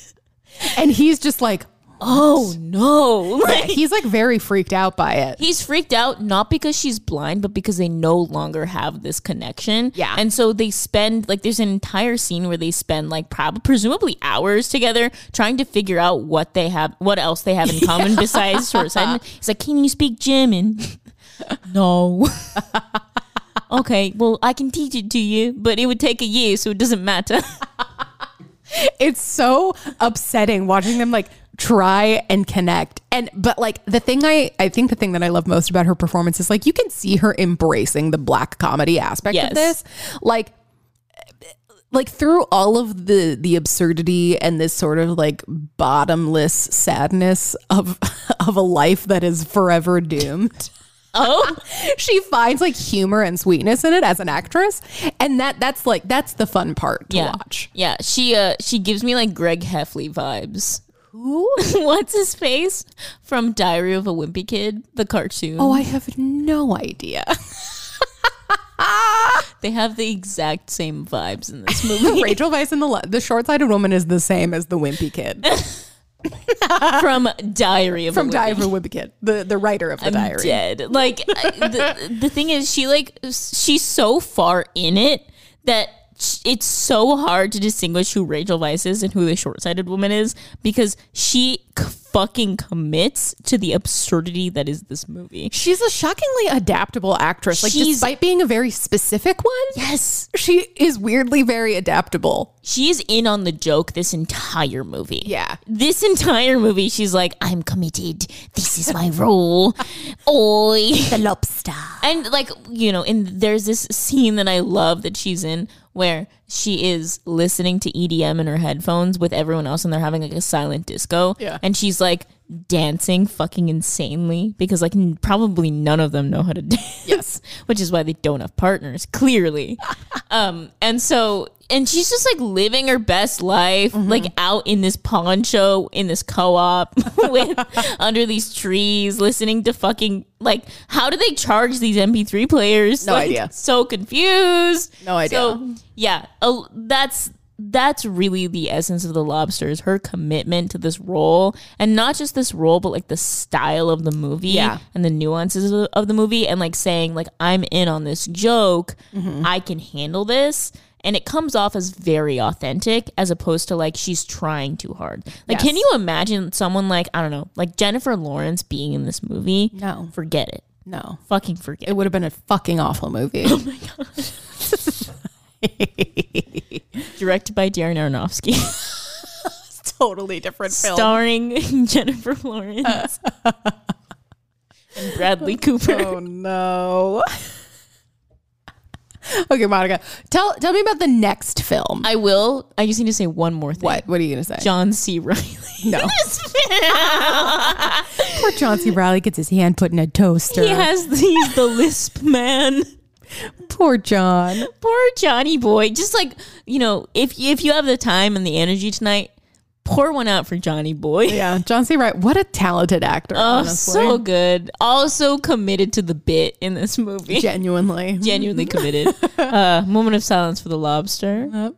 and he's just like
oh no. Like,
he's like very freaked out by it.
He's freaked out not because she's blind, but because they no longer have this connection.
Yeah.
And so they spend like there's an entire scene where they spend like prob- presumably hours together trying to figure out what they have, what else they have in common besides short sighted. He's like, "Can you speak German?" no. okay, well, I can teach it to you, but it would take a year, so it doesn't matter.
it's so upsetting watching them like try and connect and but like the thing i i think the thing that i love most about her performance is like you can see her embracing the black comedy aspect
Yes.
of this like like through all of the the absurdity and this sort of like bottomless sadness of of a life that is forever doomed
oh,
she finds like humor and sweetness in it as an actress and that that's like that's the fun part to
yeah.
watch
Yeah, she uh she gives me like Greg Heffley vibes. Who? What's his face from Diary of a Wimpy Kid, the cartoon?
oh i have no idea
they have the exact same vibes in this movie
Rachel Vice and the le- the short sighted woman is the same as the wimpy kid
from Diary of
from
a Wimpy
Diary of a Wimpy Kid, the the writer of the diary.
Dead. Like I- the, the thing is, she like she's so far in it that sh- it's so hard to distinguish who Rachel Vice is and who the short-sighted woman is because she c- fucking commits to the absurdity that is this movie.
She's a shockingly adaptable actress. Like
She's-
despite being a very specific one,
Yes,
she is weirdly very adaptable.
she's in on the joke this entire movie.
Yeah.
This entire movie, she's like, I'm committed. This is my role. Oi.
The lobster.
And like, you know, and there's this scene that I love that she's in where she is listening to EDM in her headphones with everyone else and they're having like a silent disco.
Yeah.
And she's like dancing fucking insanely because like n- probably none of them know how to dance.
Yes.
Which is why they don't have partners, clearly. um, and so and she's just like living her best life,
Mm-hmm.
like out in this poncho, in this co-op, with under these trees, listening to fucking like how do they charge these MP3 players?
No
Like,
idea.
So confused.
No idea.
So yeah, a- that's that's really the essence of the lobster is her commitment to this role and not just this role but like the style of the movie
Yeah.
and the nuances of,
Mm-hmm.
of the movie and like saying like i'm in on this joke i can handle this and it comes off as very authentic as opposed to like she's trying too hard. Like, can
Yes.
you imagine someone like I don't know, like Jennifer Lawrence being in this movie?
No.
forget it.
No.
Fucking forget.
It
It.
would have been a fucking awful movie. Oh my god.
Directed by Darren Aronofsky,
totally different film.
starring Jennifer Lawrence and Bradley Cooper.
Oh no. okay, Monica. Tell tell me about the next film.
I will. I just need to say one more thing.
what? What are you gonna say?
John C. Riley.
No. Poor John C. Riley gets his hand put in a toaster.
He has he's the lisp man.
Poor John.
Poor Johnny boy. Just like you know, if if you have the time and the energy tonight, pour one out for Johnny boy.
Yeah, John C. Riley. What a talented actor.
Oh,
honestly.
so good. Also committed to the bit in this movie.
genuinely.
Genuinely committed. uh, moment of silence for the lobster.
Yep.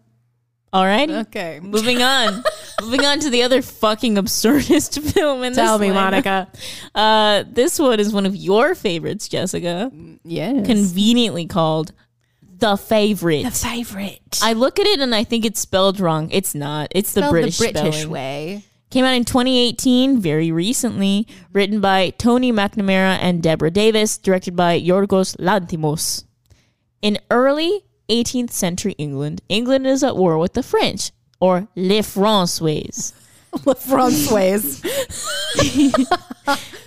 All righty.
Okay.
Moving on. Moving on to the other fucking absurdist film in
Tell
this
me,
lineup.
Monica.
Uh, this one is one of your favorites, Jessica.
Yes.
Conveniently called The Favorite.
favorite.
I look at it and I think it's spelled wrong. It's not. It's the British, spelling.
way.
Came out in 2018, very recently. Written by Tony McNamara and Deborah Davis, directed by Yorgos Lanthimos. In early 18th century England, England is at war with the French, or Les François.
Francoise.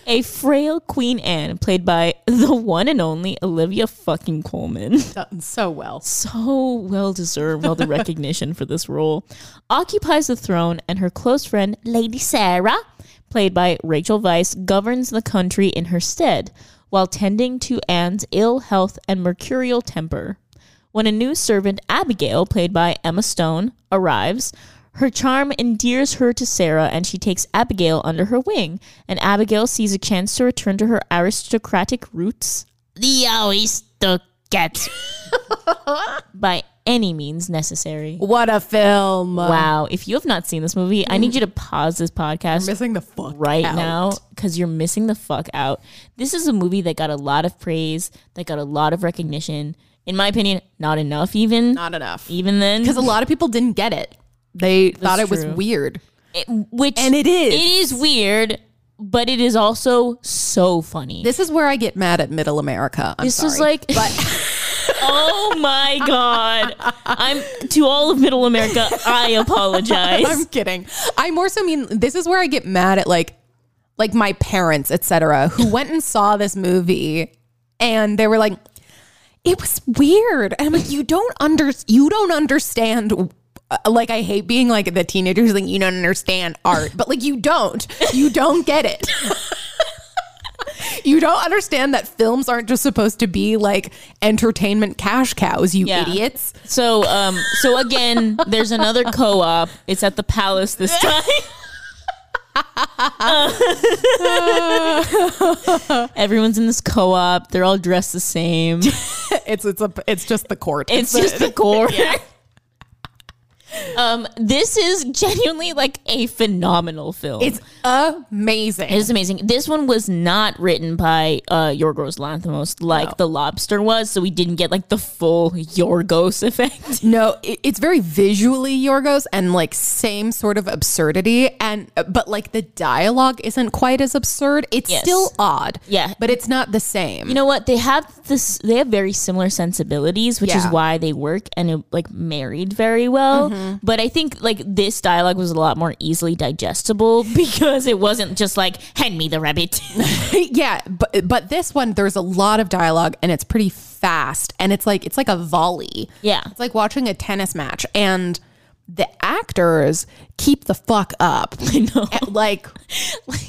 A frail Queen Anne, played by the one and only Olivia fucking Coleman.
Done so well.
so well deserved all the recognition for this role, occupies the throne, and her close friend, Lady Sarah, played by Rachel Weisz, governs the country in her stead, while tending to Anne's ill health and mercurial temper. When a new servant, Abigail, played by Emma Stone, arrives, her charm endears her to Sarah, and she takes Abigail under her wing. And Abigail sees a chance to return to her aristocratic roots
The aristocrat.
by any means necessary.
What a film.
Wow. If you have not seen this movie, I need you to pause this podcast
Missing the fuck
right
out.
now because you're missing the fuck out. This is a movie that got a lot of praise, that got a lot of recognition. In my opinion, not enough, even.
Not enough.
even then.
Because a lot of people didn't get it. They thought it
true.
was weird.
It- which,
And it is.
It is weird, but it is also so funny.
This is where I get mad at Middle America. I'm
This
sorry.
is like, oh my god! I'm to all of Middle America. I apologize.
I'm kidding. I more so mean this is where I get mad at like like my parents, etc., who went and saw this movie and they were like, it was weird. And I'm like, you don't under you don't understand. uh, Like I hate being like the teenager who's like, you don't understand art, but like you don't, you don't get it. you don't understand that films aren't just supposed to be like entertainment cash cows, you
Yeah.
idiots.
So, um, so again, there's another co-op. It's at the palace this time. Everyone's in this co-op. They're all dressed the same.
It's it's a it's just the court.
It's just the gore. Um, this is genuinely like a phenomenal film.
It's amazing.
It is amazing. This one was not written by uh, Yorgos Lanthimos like The Lobster was, so we didn't get like the full Yorgos effect.
No, it, it's very visually Yorgos and like same sort of absurdity, and but like the dialogue isn't quite as absurd. It's
Yes.
still odd,
Yeah.
but it's not the same.
you know what they have this they have very similar sensibilities which
Yeah.
is why they work and it like married very well but i think like this dialogue was a lot more easily digestible because it wasn't just like hand me the rabbit
yeah, but but this one there's a lot of dialogue and it's pretty fast, and it's like it's like a volley.
Yeah.
it's like watching a tennis match, and the actors keep the fuck up. I know, like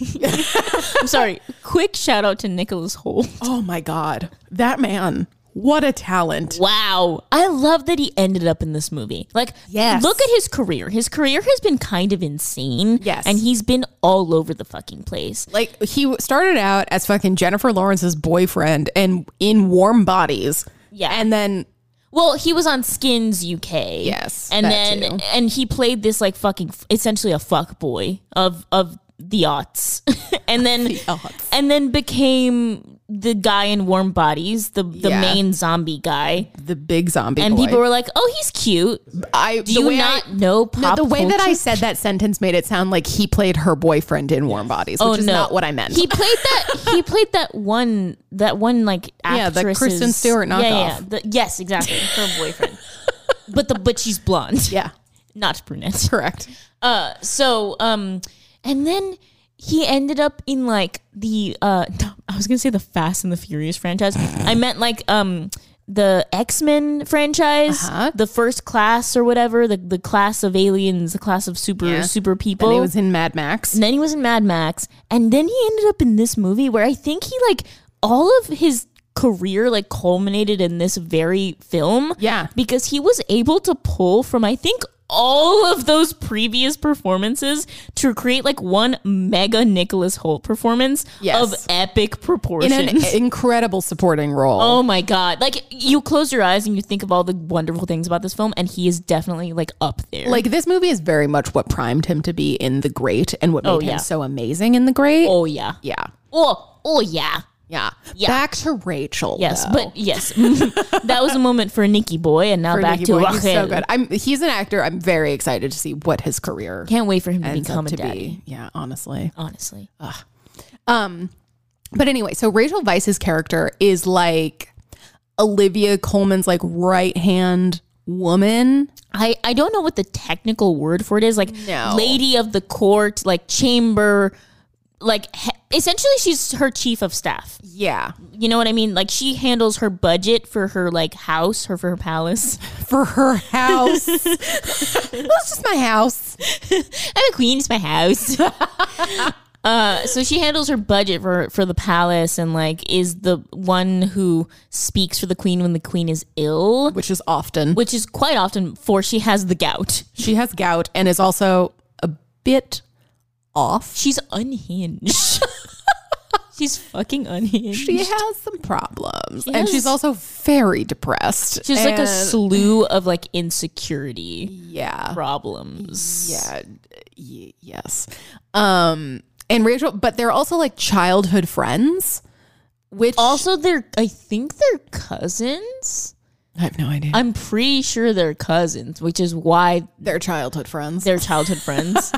i'm sorry quick shout out to nicholas holt
oh my god, that man, what a talent!
wow i love that he ended up in this movie like
Yes.
look at his career his career has been kind of insane
Yes.
and he's been all over the fucking place
Like he started out as fucking Jennifer Lawrence's boyfriend and in Warm Bodies.
Yeah.
And then
Well, he was on Skins UK.
Yes,
and
that
then
too.
and he played this like fucking essentially a fuck boy of of the aughts, and then and then became the guy in Warm Bodies, the the
Yeah.
main zombie guy,
the big zombie.
and
boy.
people were like, "Oh, he's cute."
I
Do you not know
No,
pop
the way that I
culture?
said that sentence made it sound like he played her boyfriend in Warm Bodies, which
Oh
is
no,
not what I meant.
He played that. he played that one. That one like
Yeah,
actress.
the Kristen Stewart knockoff.
The- yes, exactly. Her boyfriend. but the but she's blonde.
yeah,
not brunette.
correct.
Uh, so um, and then he ended up in like the uh, I was gonna say the Fast and the Furious franchise. I meant like um the X Men franchise,
Uh-huh.
the First Class or whatever, the the class of aliens, the class of super
Yeah.
super people.
And he was in Mad Max.
And then he was in Mad Max, and then he ended up in this movie where I think he like all of his career like culminated in this very film.
Yeah.
Because he was able to pull from I think all of those previous performances to create like one mega Nicholas Holt performance
Yes.
of epic proportions.
in an e- incredible supporting role.
Oh my god. Like you close your eyes and you think of all the wonderful things about this film and he is definitely like up there.
Like this movie is very much what primed him to be in The Great and what made
Oh, yeah.
him so amazing in The Great.
oh yeah.
Yeah.
Oh, oh yeah.
Yeah.
Yeah.
Back to Rachel.
Yes,
though.
but yes, that was a moment for Nikki Boy, and now
For
back
Nicky
to
Boy,
Rachel.
he's so good. I'm he's an actor. I'm very excited to see what his career
Can't wait for him to
ends
become
up to
a daddy.
be. Yeah, honestly.
Honestly,
But anyway, so Rachel Vice's character is like Olivia Coleman's like right hand woman.
I I don't know what the technical word for it is. Like
No.
lady of the court, like chamber, like he- essentially she's her chief of staff.
Yeah.
You know what I mean? Like she handles her budget for her like house, her for her palace.
For her house. That's just my house.
I'm a queen. It's my house. uh, so she handles her budget for for the palace and like is the one who speaks for the queen when the queen is ill,
Which is often.
which is quite often for she has the gout.
She has gout and is also a bit off.
She's unhinged. She's fucking unhinged.
She has some problems.
She
and
has-
she's also very depressed.
She's like a
And-
slew of like insecurity
Yeah.
problems.
Yeah. Y- yes. Um and Rachel but they're also like childhood friends, which
Also, they're I think they're cousins.
I have no idea.
I'm pretty sure they're cousins, which is why
They're childhood friends.
their childhood friends.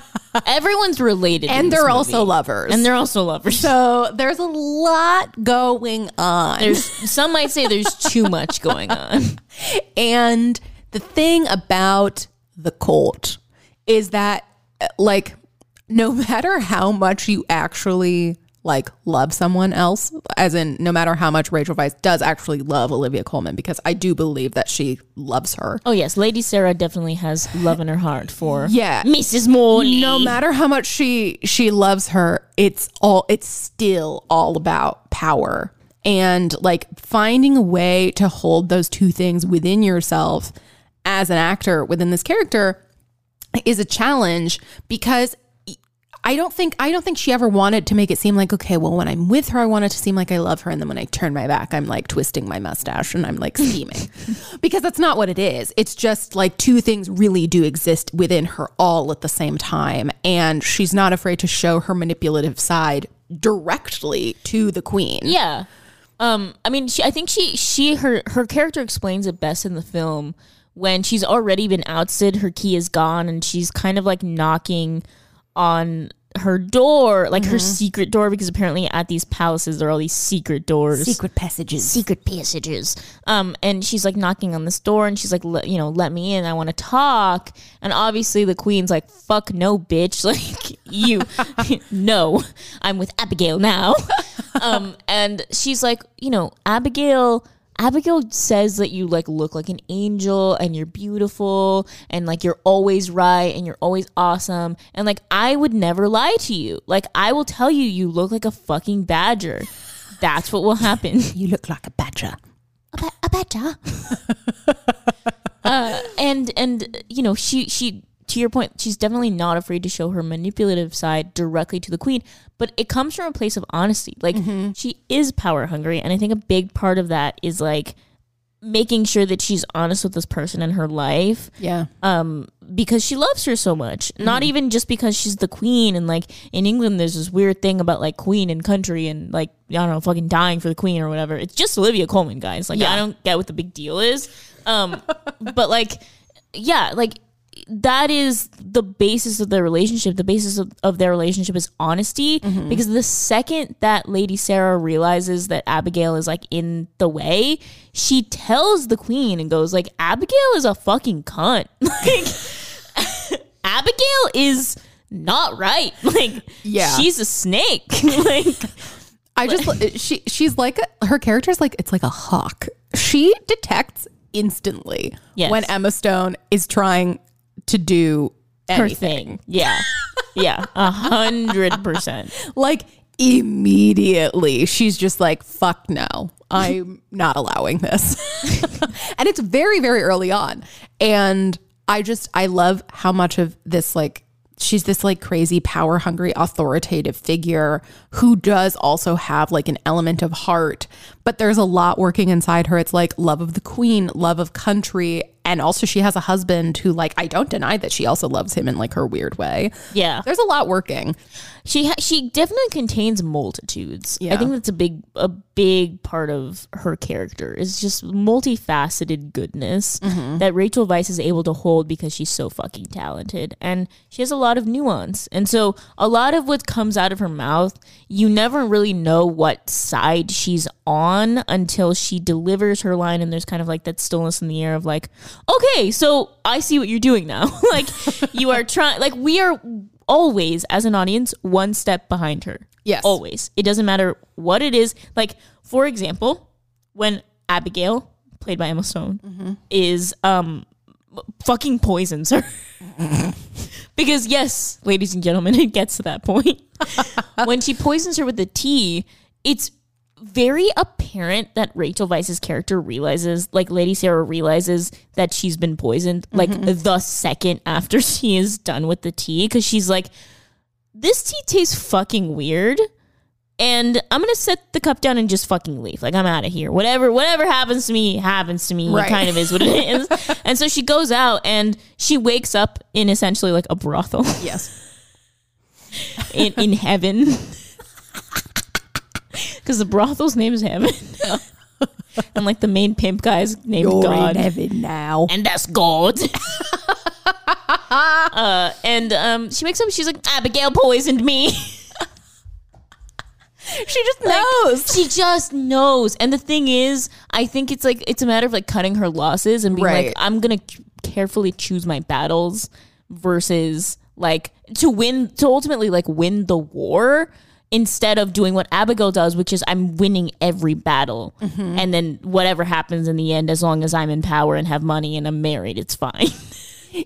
Everyone's related, in
and
this
they're
movie.
also lovers.
and they're also lovers.
so there's a lot going on.
there's some might say there's too much going on.
And the thing about the cult is that, uh, like, no matter how much you actually like love someone else, as in no matter how much Rachel Weisz does actually love Olivia Coleman, because I do believe that she loves her.
Oh yes, Lady Sarah definitely has love in her heart for
Yeah.
Mrs. Morley.
No matter how much she she loves her, it's all it's still all about power and like finding a way to hold those two things within yourself as an actor within this character is a challenge because I don't think I don't think she ever wanted to make it seem like okay, well when I'm with her I want it to seem like I love her and then when I turn my back I'm like twisting my mustache and I'm like steaming. because that's not what it is. It's just like two things really do exist within her all at the same time and she's not afraid to show her manipulative side directly to the queen.
Yeah. Um, I mean, she, I think she, she, her, her character explains it best in the film when she's already been ousted, her key is gone, and she's kind of like knocking on her door, like her
Mm-hmm.
secret door, because apparently at these palaces there are all these secret doors, secret passages, secret passages. Um, and she's like knocking on this door, and she's like, "Let- you know, let me in, I want to talk. And obviously the queen's like, fuck no, bitch, like you, no, I'm with Abigail now um, and she's like, you know, Abigail. Abigail says that you like look like an angel and you're beautiful and like you're always right and you're always awesome and like I would never lie to you. Like I will tell you you look like a fucking badger. That's what will happen.
You look like a badger.
a, ba- a badger. uh, and and you know she she to your point she's definitely not afraid to show her manipulative side directly to the queen but it comes from a place of honesty like she is power hungry and i think a big part of that is like making sure that she's honest with this person in her life
Yeah.
um, because she loves her so much. Not even just because she's the queen. And like in England, there's this weird thing about like queen and country and like, I don't know, fucking dying for the queen or whatever. It's just Olivia Coleman, guys. Like, I don't get what the big deal is. Um, but like, yeah, like that is the basis of their relationship. The basis of, of their relationship is honesty
Mm-hmm.
because the second that Lady Sarah realizes that Abigail is like in the way, she tells the queen and goes like Abigail is a fucking cunt. Like Abigail is not right. Like
Yeah.
she's a snake. like
I just she she's like her character's like it's like a hawk. She detects instantly
Yes.
when Emma Stone is trying to do
her
anything.
thing. Yeah. Yeah. A hundred percent.
Like immediately she's just like fuck no. I'm not allowing this. and it's very very early on. And I just I love how much of this like she's this like crazy power hungry authoritative figure who does also have like an element of heart, but there's a lot working inside her. It's like love of the queen, love of country, and also she has a husband who like I don't deny that she also loves him in like her weird way.
Yeah.
There's a lot working.
she ha- she definitely contains multitudes.
Yeah.
I think that's a big a big part of her character is just multifaceted goodness that Rachel Vice is able to hold because she's so fucking talented and she has a lot of nuance. And so a lot of what comes out of her mouth, you never really know what side she's on until she delivers her line and there's kind of like that stillness in the air of like, "Okay, so I see what you're doing now." like you are trying like we are always as an audience one step behind her
Yes.
always it doesn't matter what it is like for example when abigail played by emma stone is um fucking poisons her because yes ladies and gentlemen it gets to that point when she poisons her with the tea it's very apparent that Rachel Vice's character realizes, like Lady Sarah realizes that she's been poisoned, like the second after she is done with the tea, because she's like, this tea tastes fucking weird. And I'm gonna set the cup down and just fucking leave. Like I'm out of here. Whatever, whatever happens to me happens to me.
Right.
It kind of is what it is. and so she goes out and she wakes up in essentially like a brothel
Yes.
in, in heaven. Because the brothel's name is heaven. and like the main pimp guy's name is God.
heaven now.
And that's God. uh, and um, she wakes up and she's like, Abigail poisoned me.
She just knows.
she just knows. And the thing is, I think it's like, it's a matter of like cutting her losses and being
Right.
like, I'm going to carefully choose my battles versus like to win, to ultimately like win the war instead of doing what Abigail does, which is I'm winning every battle.
Mm-hmm.
And then whatever happens in the end, as long as I'm in power and have money and I'm married, it's fine.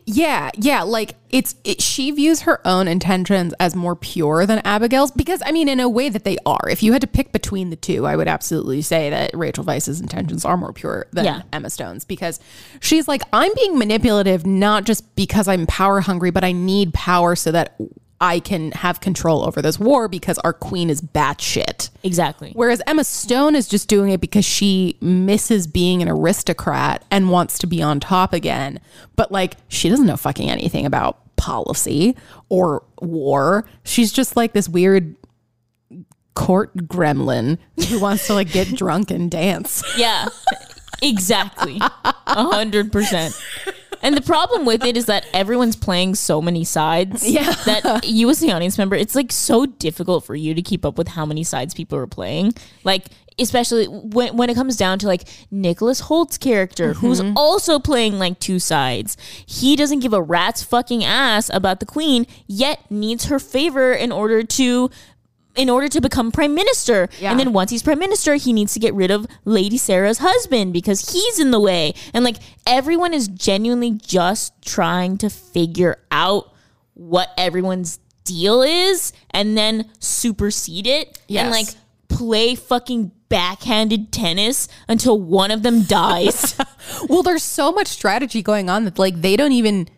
Yeah, yeah. Like it's it, she views her own intentions as more pure than Abigail's because I mean, in a way that they are. If you had to pick between the two, I would absolutely say that Rachel Vice's intentions are more pure than
Yeah.
Emma Stone's because she's like, I'm being manipulative not just because I'm power hungry, but I need power so that I can have control over this war because our queen is batshit.
exactly.
Whereas Emma Stone is just doing it because she misses being an aristocrat and wants to be on top again. But like, she doesn't know fucking anything about policy or war. She's just like this weird court gremlin who wants to like get drunk and dance.
Yeah, exactly. A hundred percent. And the problem with it is that everyone's playing so many sides
Yeah.
that you as the audience member, it's like so difficult for you to keep up with how many sides people are playing. Like, especially when, when it comes down to like Nicholas Holt's character, who's also playing like two sides. He doesn't give a rat's fucking ass about the queen, yet needs her favor in order to in order to become prime minister. And then once he's prime minister, he needs to get rid of Lady Sarah's husband because he's in the way. And like everyone is genuinely just trying to figure out what everyone's deal is and then supersede it
Yes.
and like play fucking backhanded tennis until one of them dies.
Well, there's so much strategy going on that like they don't even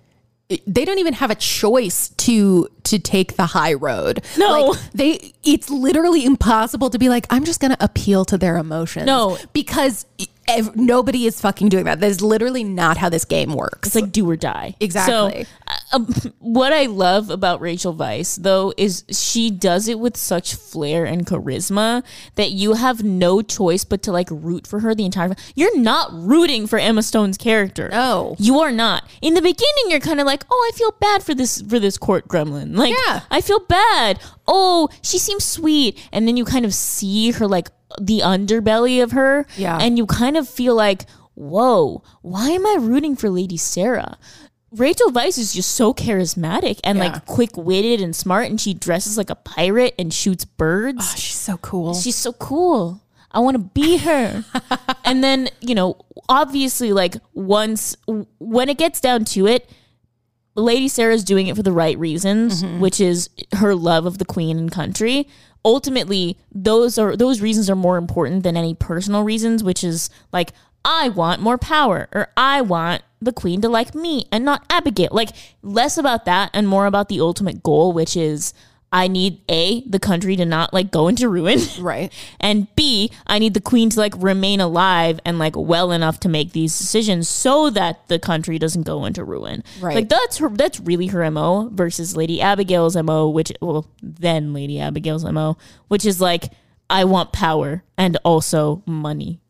they don't even have a choice to to take the high road.
No.
Like, they it's literally impossible to be like I'm just going to appeal to their emotions.
No.
because ev- nobody is fucking doing that. That is literally not how this game works.
It's like do or die.
Exactly.
So, uh, um, what I love about Rachel Vice though is she does it with such flair and charisma that you have no choice but to like root for her the entire. You're not rooting for Emma Stone's character.
No.
you are not. In the beginning, you're kind of like, oh, I feel bad for this for this court gremlin. Like,
Yeah.
I feel bad. Oh, she seems sweet, and then you kind of see her like the underbelly of her,
Yeah.
and you kind of feel like, whoa, why am I rooting for Lady Sarah? Rachel Vice is just so charismatic and
Yeah.
like quick witted and smart, and she dresses like a pirate and shoots birds.
she's so cool.
She's so cool. I want to be her. and then, you know, obviously, like once, when it gets down to it, Lady Sarah's doing it for the right reasons, which is her love of the queen and country. Ultimately, those are those reasons are more important than any personal reasons, which is like I want more power or I want the queen to like me and not Abigail. Like less about that and more about the ultimate goal, which is I need a the country to not like go into ruin.
right.
And B, I need the queen to like remain alive and like well enough to make these decisions so that the country doesn't go into ruin.
Right.
Like that's her that's really her MO versus Lady Abigail's MO, which well, then Lady Abigail's MO, which is like, I want power and also money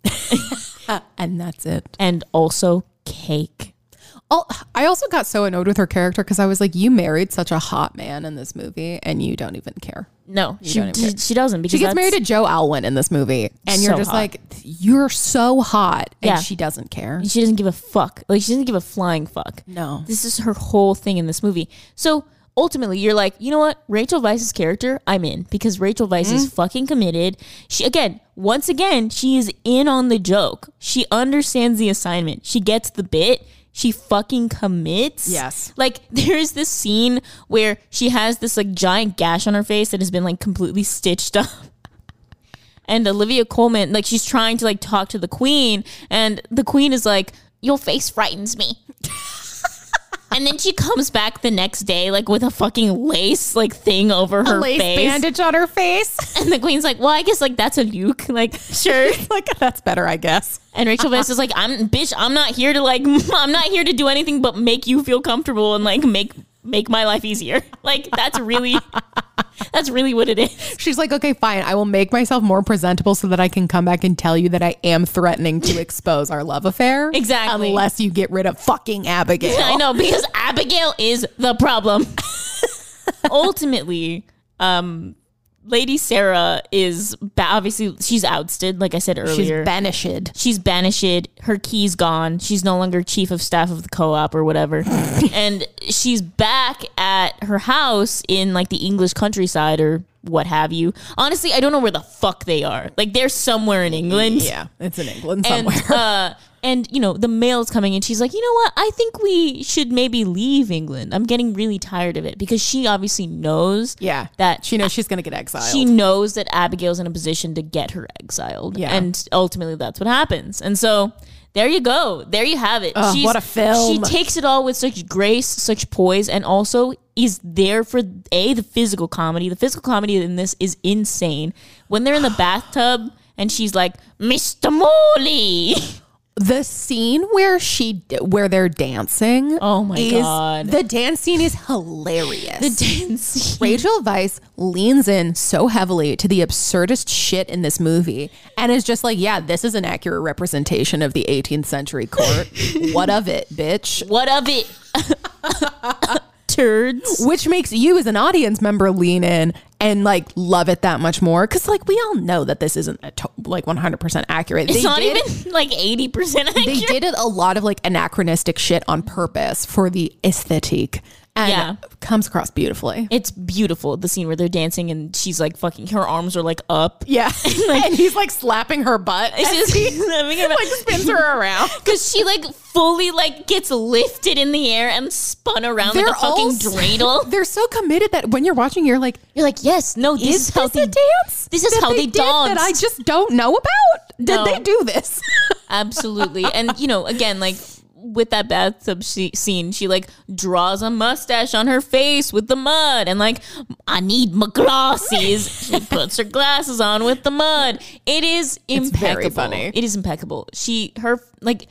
And that's it.
and also cake.
Al- I also got so annoyed with her character because I was like, you married such a hot man in this movie and you don't even care.
No, she,
don't even
d- she doesn't because
She gets
that's-
married to Joe Alwyn in this movie, and you're
So
just
hot.
like, you're so hot, and
Yeah.
she doesn't care.
She doesn't give a fuck. Like she doesn't give a flying fuck.
No.
This is her whole thing in this movie. So ultimately you're like, you know what? Rachel Vice's character, I'm in because Rachel Vice
Mm-hmm.
is fucking committed. She again, once again, she is in on the joke. She understands the assignment. She gets the bit. She fucking commits.
Yes.
Like there is this scene where she has this like giant gash on her face that has been like completely stitched up and Olivia Coleman, like she's trying to like talk to the queen, and the queen is like, "Your face frightens me." and then she comes back the next day, like with a fucking lace like thing over her
Lace
face,
bandage on her face.
and the queen's like, "Well, I guess like that's a nuke, like sure."
like that's better, I guess.
and Rachel Vest is like, "I'm bitch, I'm not here to like, I'm not here to do anything but make you feel comfortable and like make." Make my life easier. Like that's really, that's really what it is.
She's like, okay, fine. I will make myself more presentable so that I can come back and tell you that I am threatening to expose our love affair.
Exactly.
Unless you get rid of fucking Abigail.
I know because Abigail is the problem. Ultimately, um, Lady Sarah is ba- obviously she's ousted, like I said earlier.
She's banished.
She's banished. Her key's gone. She's no longer chief of staff of the co-op or whatever. and she's back at her house in like the English countryside or what have you. Honestly, I don't know where the fuck they are. Like they're somewhere in England.
Yeah, it's in England
And
somewhere.
uh, and you know the mail's coming, and she's like, you know what? I think we should maybe leave England. I'm getting really tired of it because she obviously knows.
yeah,
that
she knows she's gonna get exiled.
she knows that Abigail's in a position to get her exiled.
Yeah.
And ultimately that's what happens. And so there you go. There you have it.
Ugh, what a film.
She takes it all with such grace, such poise, and also is there for A, the physical comedy. The physical comedy in this is insane. When they're in the bathtub and she's like, Mr. Morley.
the scene where she where they're dancing.
Oh my
is-
God.
The dance scene is hilarious.
The dance.
Rachel Vice leans in so heavily to the absurdist shit in this movie and is just like, yeah, this is an accurate representation of the 18th century court. what of it, bitch?
What of it? Turds.
Which makes you as an audience member lean in and like love it that much more cuz like we all know that this isn't a to- like 100% accurate.
It's
They
not
did-
even like 80% accurate.
they did a lot of like anachronistic shit on purpose for the aesthetique and
Yeah.
comes across beautifully.
It's beautiful the scene where they're dancing and she's like fucking her arms are like up.
Yeah. and he's like slapping her butt.
It's just
like spins her around.
because she like fully like gets lifted in the air and spun around like a fucking
s-
dreidel.
They're so committed that when you're watching, you're like,
You're like, yes, no, this is,
"Is
how
this
they
a dance?
This is
that
how they,
did that
dance.
I just don't know about. Did
No.
they do this?
Absolutely, and you know, again, like with that bathtub she- scene, she like draws a mustache on her face with the mud, and like I need my glasses. she puts her glasses on with the mud. It is impeccable.
very funny.
It is impeccable. She her like.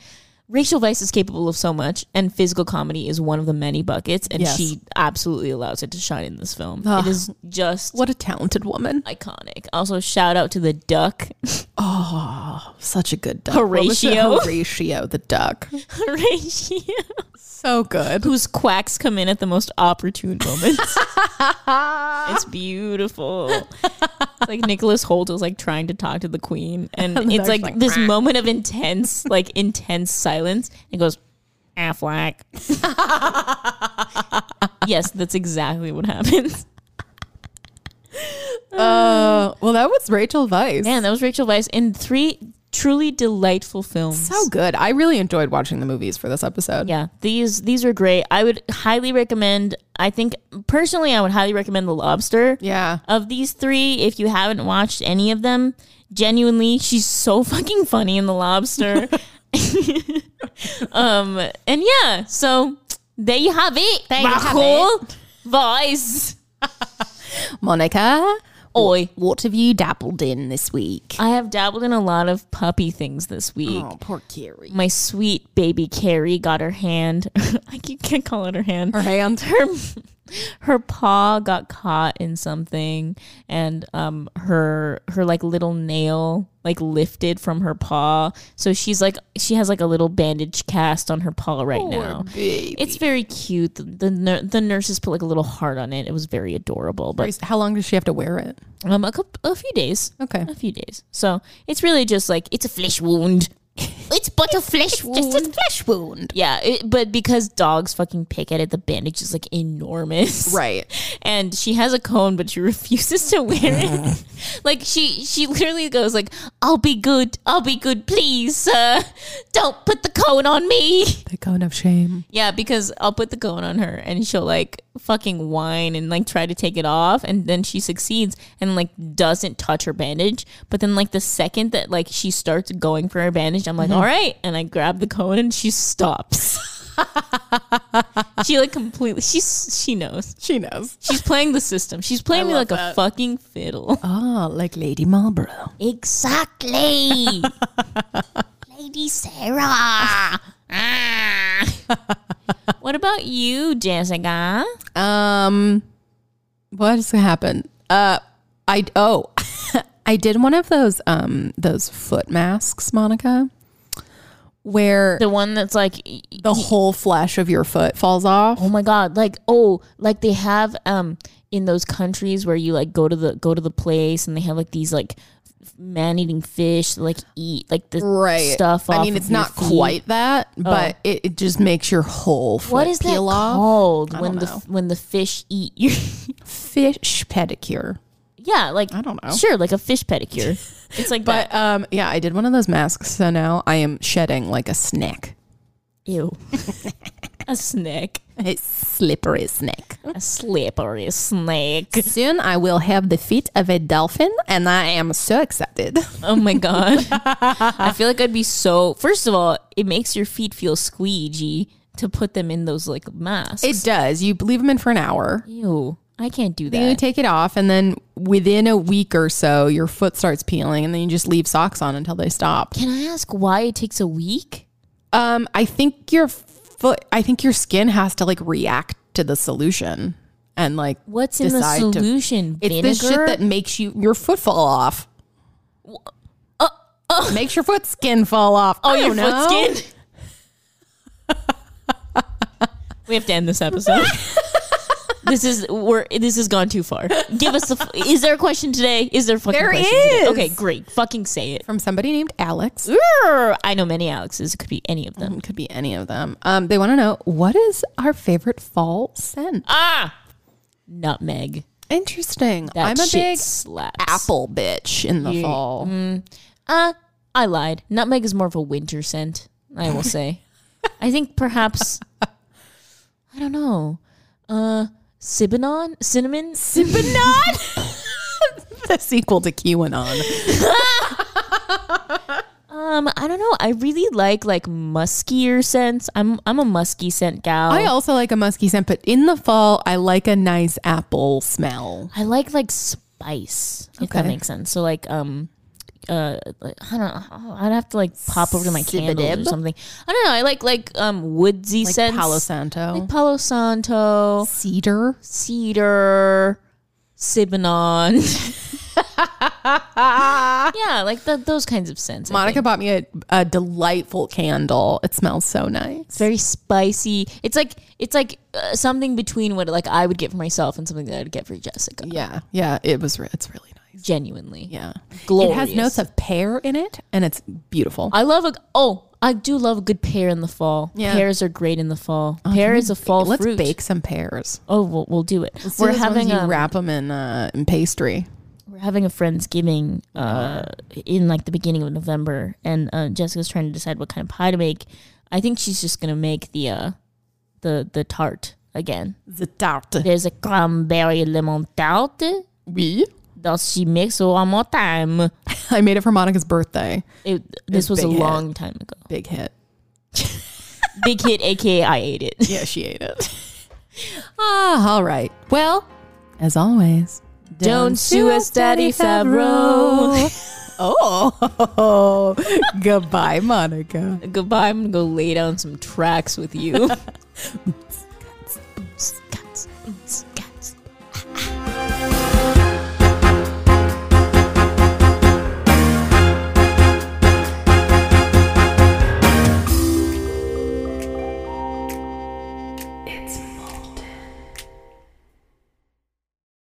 Rachel Vice is capable of so much, and physical comedy is one of the many buckets, and
Yes.
she absolutely allows it to shine in this film. It is just
What a talented woman.
iconic. Also, shout out to the duck.
Ah, Such a good duck.
Horatio.
What was it? Horatio the duck.
Horatio,
So good.
whose quacks come in at the most opportune moments. it's beautiful. It's like Nicholas Holt was like trying to talk to the queen, and, it's
duck's
like,
like,
this moment of intense, like intense silence. It goes, "Ah, Affleck. yes, that's exactly what happens.
Uh, well, that was Rachel Vice.
Man, that was Rachel Weisz in three truly delightful films.
so good. I really enjoyed watching the movies for this episode.
Yeah, these these are great. I would highly recommend. I think personally, I would highly recommend The Lobster.
Yeah.
Of these three, if you haven't watched any of them, genuinely, she's so fucking funny in The Lobster. um, and yeah, so there you have it. There
you have
Voice.
Monica,
Oi.
what have you dabbled in this week?
I have dabbled in a lot of puppy things this week.
Oh, poor Carrie.
My sweet baby Carrie got her hand. I can't call it her hand.
Her hand.
her paw got caught in something and um her her like little nail like lifted from her paw so she's like she has like a little bandage cast on her paw right now it's very cute the the, nur- the nurses put like a little heart on it it was very adorable but
How long does she have to wear it?
um a, coup a few days
Okay.
a few days so it's really just like it's a flesh wound
It's but a flesh wound.
Just a flesh wound.
yeah it, but because dogs fucking pick at it the bandage is like enormous
Right.
and she has a cone but she refuses to wear it like she she literally goes like i'll be good i'll be good please sir don't put the cone on me
The cone of shame.
yeah because i'll put the cone on her and she'll like fucking whine and like try to take it off and then she succeeds and like doesn't touch her bandage but then like the second that like she starts going for her bandage i'm
Mm-hmm.
like "All right and i grab the cone and she stops she like completely she's she knows
She knows.
She's playing the system. She's playing me like a fucking fiddle.
Oh, like Lady Marlborough.
Exactly. Lady Sarah.
what about you, Jessica?
Um, what has happened? Uh, I oh, I did one of those um those foot masks, Monica, where
The one that's like,
the whole flesh of your foot falls off.
oh my god, like oh, like they have um in those countries where you like go to the go to the place and they have like these like man eating fish that, like eat like the
right
stuff.
I
off
mean,
of
it's
your
not
feet.
quite that, but it, it just makes your whole foot
What is that
peel off.
called when
don't
the
know.
when the fish eat you?
Fish pedicure.
yeah, like I
don't know.
Sure, like a fish pedicure. it's like
But
that.
um, yeah, I did one of those masks, so now I am shedding like a snake.
Ew, a snake.
It's slippery snake.
A slippery snake.
Soon I will have the feet of a dolphin, and I am so excited.
Oh my god. I feel like I'd be so first of all, it makes your feet feel squeegee to put them in those like masks.
It does. You leave them in for an hour.
Ew. I can't do
Then you
that.
take it off, and then within a week or so, your foot starts peeling, and then you just leave socks on until they stop.
Can I ask why it takes a week?
Um, I think your foot. I think your skin has to like react to the solution, and like
What's in the
decide to-
solution?
it's
Vinegar?
the shit that makes you your foot fall off. Makes your foot skin fall off.
uh, Oh,
I
your
don't know.
foot skin. we have to end this episode. this is we're this has gone too far. Give us the. f- Is there a question today? Is there a fucking
There
question today?
is.
Okay, great. Fucking say it.
From somebody named Alex.
Grr. I know many Alexes. It could be any of them.
It could be any of them. Um, they want to know what is our favorite fall scent.
Ah, nutmeg.
Interesting.
That
I'm a
shit
big
slaps.
apple bitch in the fall.
Uh, I lied. Nutmeg is more of a winter scent. I will say. I think perhaps. I don't know. Uh, Cinnamon, cinnamon,
the sequel to QAnon.
Um, I don't know. I really like like muskier scents. I'm I'm a musky scent gal.
I also like a musky scent, but in the fall, I like a nice apple smell.
I like like spice, if that
Okay.
makes sense. So like um uh like, I don't know. I'd have to like pop over to my candles or something. I don't know. I like like um woodsy
Like
scents.
Palo Santo,
Like Palo Santo,
cedar.
cedar, Cinnabon. yeah, like the, those kinds of scents. I
Monica
think.
bought me a, a delightful candle. It smells so nice.
It's very spicy. It's like it's like uh, something between what like I would get for myself and something that I'd get for Jessica.
Yeah, yeah. It was. Re- it's really nice.
Genuinely.
Yeah,
Glorious.
It has notes of pear in it, and it's beautiful.
I love a oh, I do love a good pear in the fall.
Yeah.
Pears are great in the fall. pear is a fall
Let's
fruit.
bake some pears.
Oh, we'll, we'll do it.
We're
we're
having
having
you
um,
wrap them in uh, in pastry.
we're having a friendsgiving uh, in like the beginning of November, and uh, Jessica's trying to decide what kind of pie to make. I think she's just gonna make the uh, the the tart again.
The tart.
There's a cranberry lemon tart
Oui.
that she makes one more time.
I made it for Monica's birthday.
It, this was a
big hit.
long time ago.
Big hit.
Big hit, aka I ate it.
Yeah, she ate it. ah, all right. Well, as always,
Don't sue us, Daddy
Favreau. oh, goodbye, Monica.
Goodbye. I'm gonna go lay down some tracks with you.